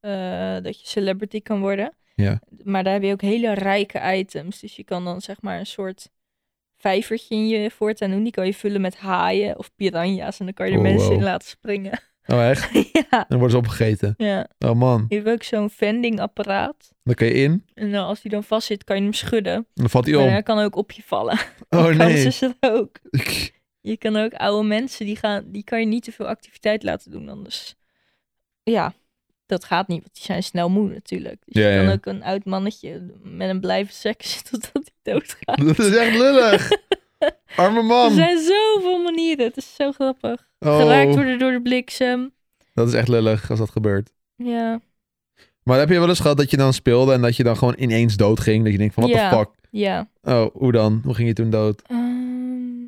Eh, dat je celebrity kan worden.
Ja.
Maar daar heb je ook hele rijke items. Dus je kan dan zeg maar een soort vijvertje in je voortaan doen. Die kan je vullen met haaien of piranha's. En dan kan je de
Oh,
mensen
wow.
in laten springen.
Oh, echt?
ja.
Dan worden ze opgegeten.
eh, ja.
Oh man,
Je hebt ook zo'n vendingapparaat.
dan kun je in en
En dan als die dan vast zit, kan je hem schudden.
dan valt hij
Maar
om.
hij kan ook op je vallen.
Oh
Dan
nee.
is het ook. Je kan ook oude mensen, die, gaan, die kan je niet te veel activiteit laten doen. Anders, ja, dat gaat niet, want die zijn snel moe natuurlijk. Dus
Ja,
je kan
ja.
ook een oud mannetje met een blijven seks totdat hij doodgaat.
Dat is echt lullig. Arme
Er
man.
zijn zoveel manieren, het is zo grappig. Geraakt
Oh,
worden door de bliksem.
dat is echt lullig als dat gebeurt.
Ja,
Maar heb je wel eens gehad dat je dan speelde en dat je dan gewoon ineens dood ging? Dat je denkt van, what the
Ja.
fuck?
ja.
Oh, hoe dan? Hoe ging je toen dood?
Ehm,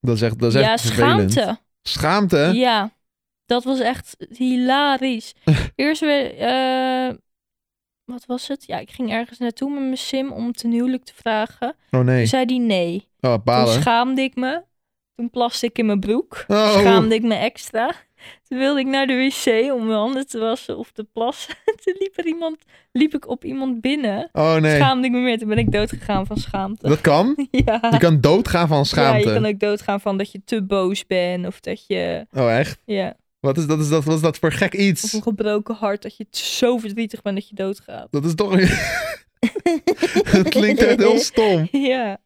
Dat is echt, dat is
ja,
echt vervelend.
schaamte.
Schaamte?
Ja, dat was echt hilarisch. Eerst weer, eh, wat was het? Ja, ik ging ergens naartoe met mijn sim om ten huwelijk te vragen.
Oh nee.
Toen zei die nee.
Oh,
Toen
balen.
schaamde ik me. Toen plaste ik in mijn broek.
Oh.
Schaamde ik me extra. Toen wilde ik naar de wc om mijn handen te wassen of te plassen. Toen liep, er iemand, liep ik op iemand binnen.
Oh nee.
Schaamde ik me meer. Toen ben ik doodgegaan van schaamte.
Dat kan?
Ja.
Je kan doodgaan van schaamte.
Ja, je kan ook doodgaan van dat je te boos bent. Of dat je...
Oh echt?
Ja.
Wat is, dat is, dat, wat is dat voor gek
Of
iets?
een gebroken hart. Dat je zo verdrietig bent dat je doodgaat.
Dat is toch... Het klinkt echt heel stom.
Ja.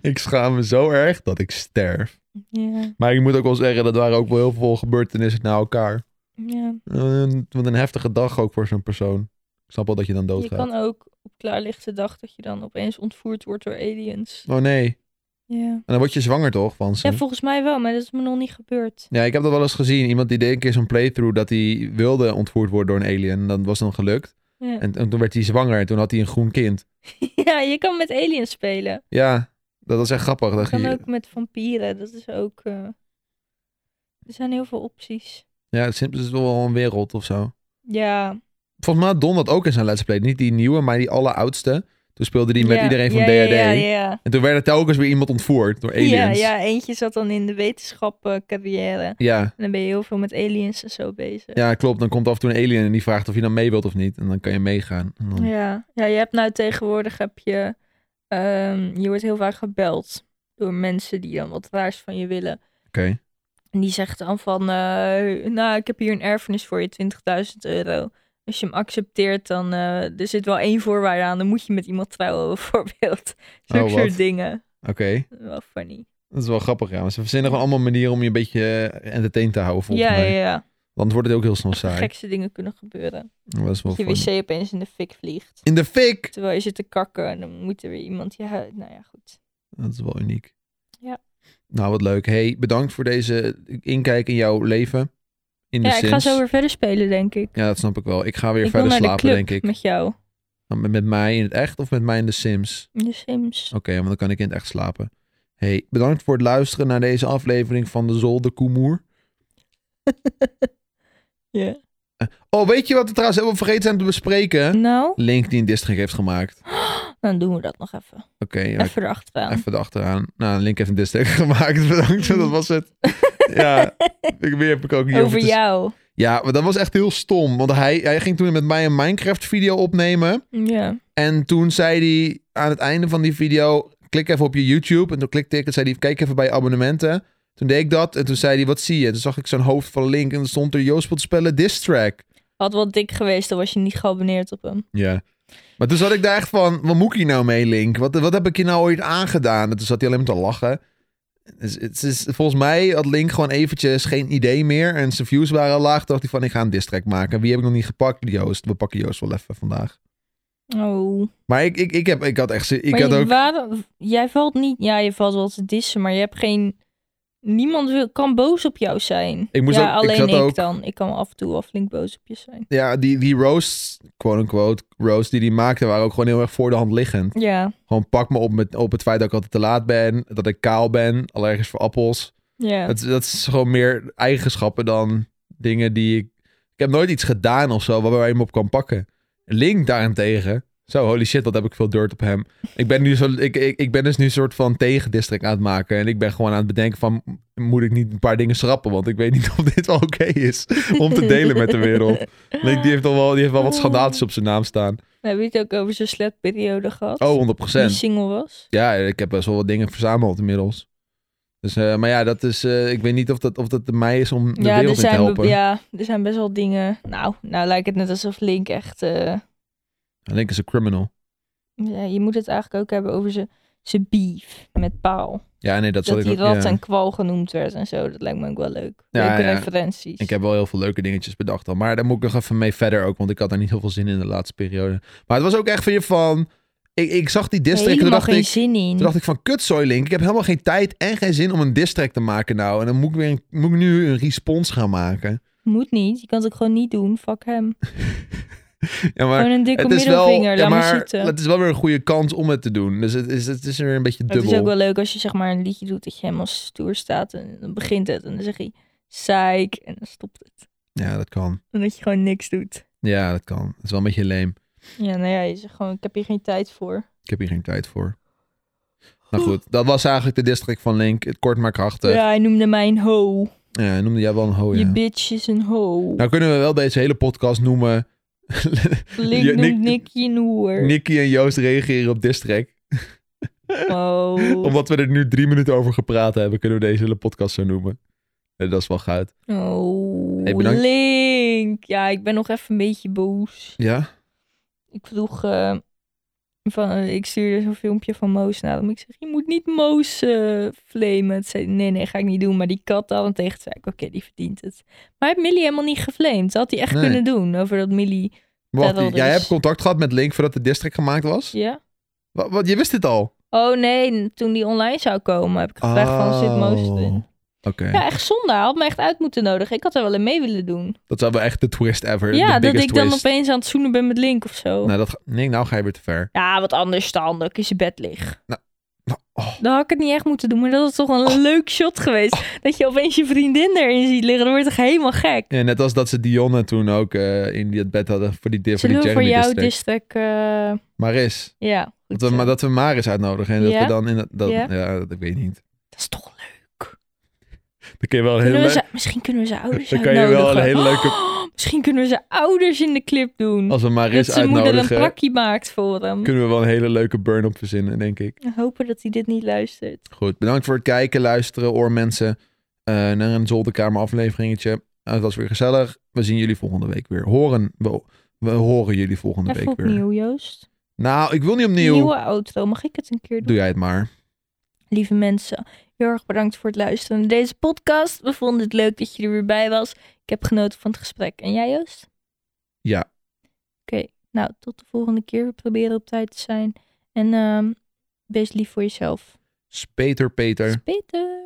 Ik schaam me zo erg dat ik sterf.
Ja.
Maar ik moet ook wel zeggen, dat waren ook wel heel veel gebeurtenissen na elkaar.
Ja.
Eh, Wat een heftige dag ook voor zo'n persoon. Ik snap wel dat je dan
Je
doodgaat.
kan ook op klaarlichte dag dat je dan opeens ontvoerd wordt door aliens.
Oh nee.
Ja.
En dan word je zwanger toch, van ze?
Ja, volgens mij wel, maar dat is me nog niet gebeurd.
Ja, ik heb dat wel eens gezien. Iemand die deed een keer zo'n playthrough dat hij wilde ontvoerd worden door een alien. En dat was dan gelukt.
Ja.
En, en toen werd hij zwanger en toen had hij een groen kind.
ja, je kan met aliens spelen.
Ja, dat was echt grappig.
Je
Dat
kan
je-
ook met vampieren, dat is ook... eh, Er zijn heel veel opties.
Ja, Simpsons is wel een wereld of zo.
Ja.
Volgens mij had Don dat ook in zijn let's play. Niet die nieuwe, maar die alleroudste. Toen speelde hij met
Ja,
iedereen van
ja,
DHD.
ja, Ja, ja,
En toen werd er telkens weer iemand ontvoerd door aliens.
ja. ja, eentje zat dan in de wetenschapcarrière.
ja.
En dan ben je heel veel met aliens en zo bezig.
Ja, klopt. Dan komt af en toe een alien en die vraagt of je dan mee wilt of niet. En dan kan je meegaan. En dan...
Ja, ja je hebt nou tegenwoordig heb je. ehm, je wordt heel vaak gebeld door mensen die dan wat raars van je willen.
Oké.
En die zegt dan van, eh, nou, ik heb hier een erfenis voor je, 20.000 euro. Als je hem accepteert, dan eh, er zit wel één voorwaarde aan. Dan moet je met iemand trouwen, bijvoorbeeld. Zulke
Oh, wat?
soort dingen.
Oké.
Wel funny.
Dat is wel grappig, ja. Maar ze verzinnen gewoon allemaal manieren om je een beetje eh, entertained te houden, volgens
Ja, ja,
mij.
ja.
Dan wordt het ook heel snel
Echt de
saai.
gekste dingen kunnen gebeuren.
Maar Dat is wel
Dat je
funny.
wc opeens in de fik vliegt.
In de fik!
Terwijl je zit te kakken en dan moet er weer iemand je huid. Nou ja, goed.
Dat is wel uniek.
Ja.
Nou, wat leuk. Hey, bedankt voor deze inkijk in jouw leven. In de
Ja, ik
Sims.
ga zo weer verder spelen, denk ik.
Ja, dat snap ik wel. Ik ga weer
ik wil
verder
naar
slapen,
de club
denk ik.
met jou.
Nou, Met, met mij in het echt of met mij in de Sims?
In de Sims.
Oké, want dan kan ik in het echt slapen. Hey, bedankt voor het luisteren naar deze aflevering van de Zolder Koemoer.
Ja.
Oh, weet je wat we trouwens helemaal vergeten zijn te bespreken?
Nou,
Link die een district heeft gemaakt.
Dan doen we dat nog even.
Oké, ja,
Even erachteraan.
even erachteraan. Nou, Link heeft een distek gemaakt. Bedankt, dat was het. Ja, ik, meer heb ik ook niet over,
Over
te
jou.
Ja, maar dat was echt heel stom. Want hij, hij ging toen met mij een Minecraft-video opnemen.
Ja.
En toen zei hij aan het einde van die video: klik even op je YouTube. En toen klikte ik en zei hij: kijk even bij je abonnementen. Toen deed ik dat en toen zei hij: wat zie je? Toen zag ik zo'n hoofd van Link en dan stond er Joost wil spellen diss track.
Had wel dik geweest, dan was je niet geabonneerd op hem.
Ja. Maar toen zat ik daar echt van: wat moet ik hier nou mee, Link? Wat, wat heb ik je nou ooit aangedaan? En toen zat hij alleen maar te lachen. Dus het is, volgens mij had Link gewoon eventjes geen idee meer. En zijn views waren al laag. Toen dacht hij van, ik ga een diss track maken. Wie heb ik nog niet gepakt? Joost. We pakken Joost wel even vandaag.
Oh.
Maar ik, ik, ik, heb, ik had echt... zin- Ik
maar
had
je-
ook...
waarom- jij valt niet... Ja, je valt wel te dissen, maar je hebt geen... Niemand wil, kan boos op jou zijn.
Ik moest
ja,
ook- ik
alleen
zat ook-
dan. Ik kan af en toe wel flink boos op je zijn.
ja, die, die roasts, quote-unquote, roasts die hij maakte, waren ook gewoon heel erg voor de hand liggend.
Ja,
Gewoon pak me op met, op het feit dat ik altijd te laat ben, dat ik kaal ben, allergisch voor appels.
ja.
Dat, dat is gewoon meer eigenschappen dan dingen die ik... Ik heb nooit iets gedaan of zo waarbij je hem op kan pakken. Link daarentegen, zo, holy shit, wat heb ik veel dirt op hem. Ik ben, nu zo, ik, ik, ik ben dus nu een soort van tegendistrict aan het maken. En ik ben gewoon aan het bedenken van, moet ik niet een paar dingen schrappen? Want ik weet niet of dit wel oké is om te delen met de wereld. Link die heeft al wel, die heeft wel wat schandaaltjes op zijn naam staan.
Heb je het ook over zijn sletperiode gehad?
Oh, 100
Die single was?
Ja, ik heb best wel wat dingen verzameld inmiddels. Dus, eh, maar ja, dat is, eh, ik weet niet of dat, of dat aan mij is om de
ja,
wereld
er
in te
zijn,
helpen.
be- ja, er zijn best wel dingen... Nou, nou lijkt het net alsof Link echt... eh,
Link is een criminal.
ja, je moet het eigenlijk ook hebben over zijn- zijn beef met Paul.
Ja, nee, dat, zal
Dat
ik
hij
ook...
rat
ja.
en kwal genoemd werd en zo. Dat lijkt me ook wel leuk.
Ja,
Leuke
ja.
referenties.
Ik heb wel heel veel leuke dingetjes bedacht al. Maar daar moet ik nog even mee verder ook, want ik had daar niet heel veel zin in de laatste periode. Maar het was ook echt van je van... Ik, ik zag die district en toen
helemaal
dacht
geen
ik...
zin in.
Toen dacht ik van, kutzooi Link, ik heb helemaal geen tijd en geen zin om een district te maken nou. En dan moet ik, weer een- moet ik nu een respons gaan maken.
Moet niet. Je kan het ook gewoon niet doen. Fuck hem.
Ja, maar
Gewoon een dikke
het is wel,
middelvinger.
ja,
Laat maar,
maar
zitten.
het is wel weer een goede kans om het te doen. Dus het is, het is weer een beetje
Het
dubbel.
is ook wel leuk als je zeg maar een liedje doet dat je helemaal stoer staat. En dan begint het. En dan zeg je psych. En dan stopt het.
Ja, dat kan.
En dat je gewoon niks doet.
Ja, dat kan. Het is wel een beetje leem.
Ja, nou ja. Je zegt gewoon, ik heb hier geen tijd voor.
Ik heb hier geen tijd voor. Nou goed, dat was eigenlijk de district van Link. Het kort maar krachtig.
Ja, hij noemde mij een ho.
Ja, noemde jij wel een ho, eh,
Je
Oh, ja.
bitch is een ho.
Nou kunnen we wel deze hele podcast noemen...
Link
je-
noemt
Nick-
Nick je noer.
Nicky en Joost reageren op district.
Oh.
Omdat we er nu drie minuten over gepraat hebben, kunnen we deze hele podcast zo noemen. En dat is wel goud.
Oh,
Hey, bedankt.
Link. Ja, ik ben nog even een beetje boos.
Ja?
Ik vroeg... eh, van, eh, ik stuurde zo'n filmpje van Moos naar hem. Ik zeg, je moet niet Moos eh flamen. Het zei, nee, nee, ga ik niet doen. Maar die kat dan tegen zei ik, oké, die verdient het. Maar hij heeft Millie helemaal niet geflamed. Dat had hij echt
Nee.
kunnen doen. Over dat Millie...
Wacht,
Terwijl
jij
dus-
hebt contact gehad met Link voordat de district gemaakt was?
Ja?
Wat, wat, je wist dit al?
Oh nee, toen die online zou komen heb ik gevraagd van, zit Moos
Oh.
erin?
Oké,
Ja, echt zonde. Hij had me echt uit moeten nodigen. Ik had er wel in mee willen doen.
dat zou wel echt de twist ever.
ja,
de
dat
biggest
ik dan
twist.
opeens aan het zoenen ben met Link of zo.
Nou, dat ga- Nee, nou ga je weer te ver.
Ja, wat anders dan dat ik in zijn bed lig.
Nou, oh.
Dan had ik het niet echt moeten doen, maar dat is toch een leuk shot geweest. Dat je opeens je vriendin erin ziet liggen, dan word je toch helemaal gek.
Ja, net als dat ze Dionne toen ook eh, in het bed hadden voor die, voor die
Zullen we voor
Jeremy
jou
district.
district... eh,
Maris.
ja, goed eh,
Dat we,
zo.
maar dat we Maris uitnodigen. En dat
Ja?
we dan in dat... dat-
Ja?
Ja, dat ik weet niet.
Dat is toch leuk.
Dan kun je wel een
Kunnen
hele
we
leuk...
ze- misschien kunnen we zijn ouders
Dan kan je wel een
uitnodigen.
hele leuke...
Oh, misschien kunnen we zijn ouders in de clip doen.
Als we
dat
Maris
zijn moeder een
uitnodigen,
plakje maakt voor hem.
kunnen we wel een hele leuke burn-up verzinnen, denk ik.
We Hopen dat hij dit niet luistert.
Goed, bedankt voor het kijken, luisteren, oormensen. eh, naar een zolderkamer afleveringetje. Eh, het was weer gezellig. We zien jullie volgende week weer. Horen, we, we horen jullie volgende
Even
week weer.
opnieuw, Joost.
Nou, ik wil niet opnieuw.
Nieuwe outro. Mag ik het een keer doen?
Doe jij het maar.
Lieve mensen, heel erg bedankt voor het luisteren naar deze podcast. We vonden het leuk dat je er weer bij was. Ik heb genoten van het gesprek. En jij, Joost?
Ja.
Oké, nou, tot de volgende keer. We proberen op tijd te zijn. En ehm, wees lief voor jezelf.
Speter Peter.
Peter.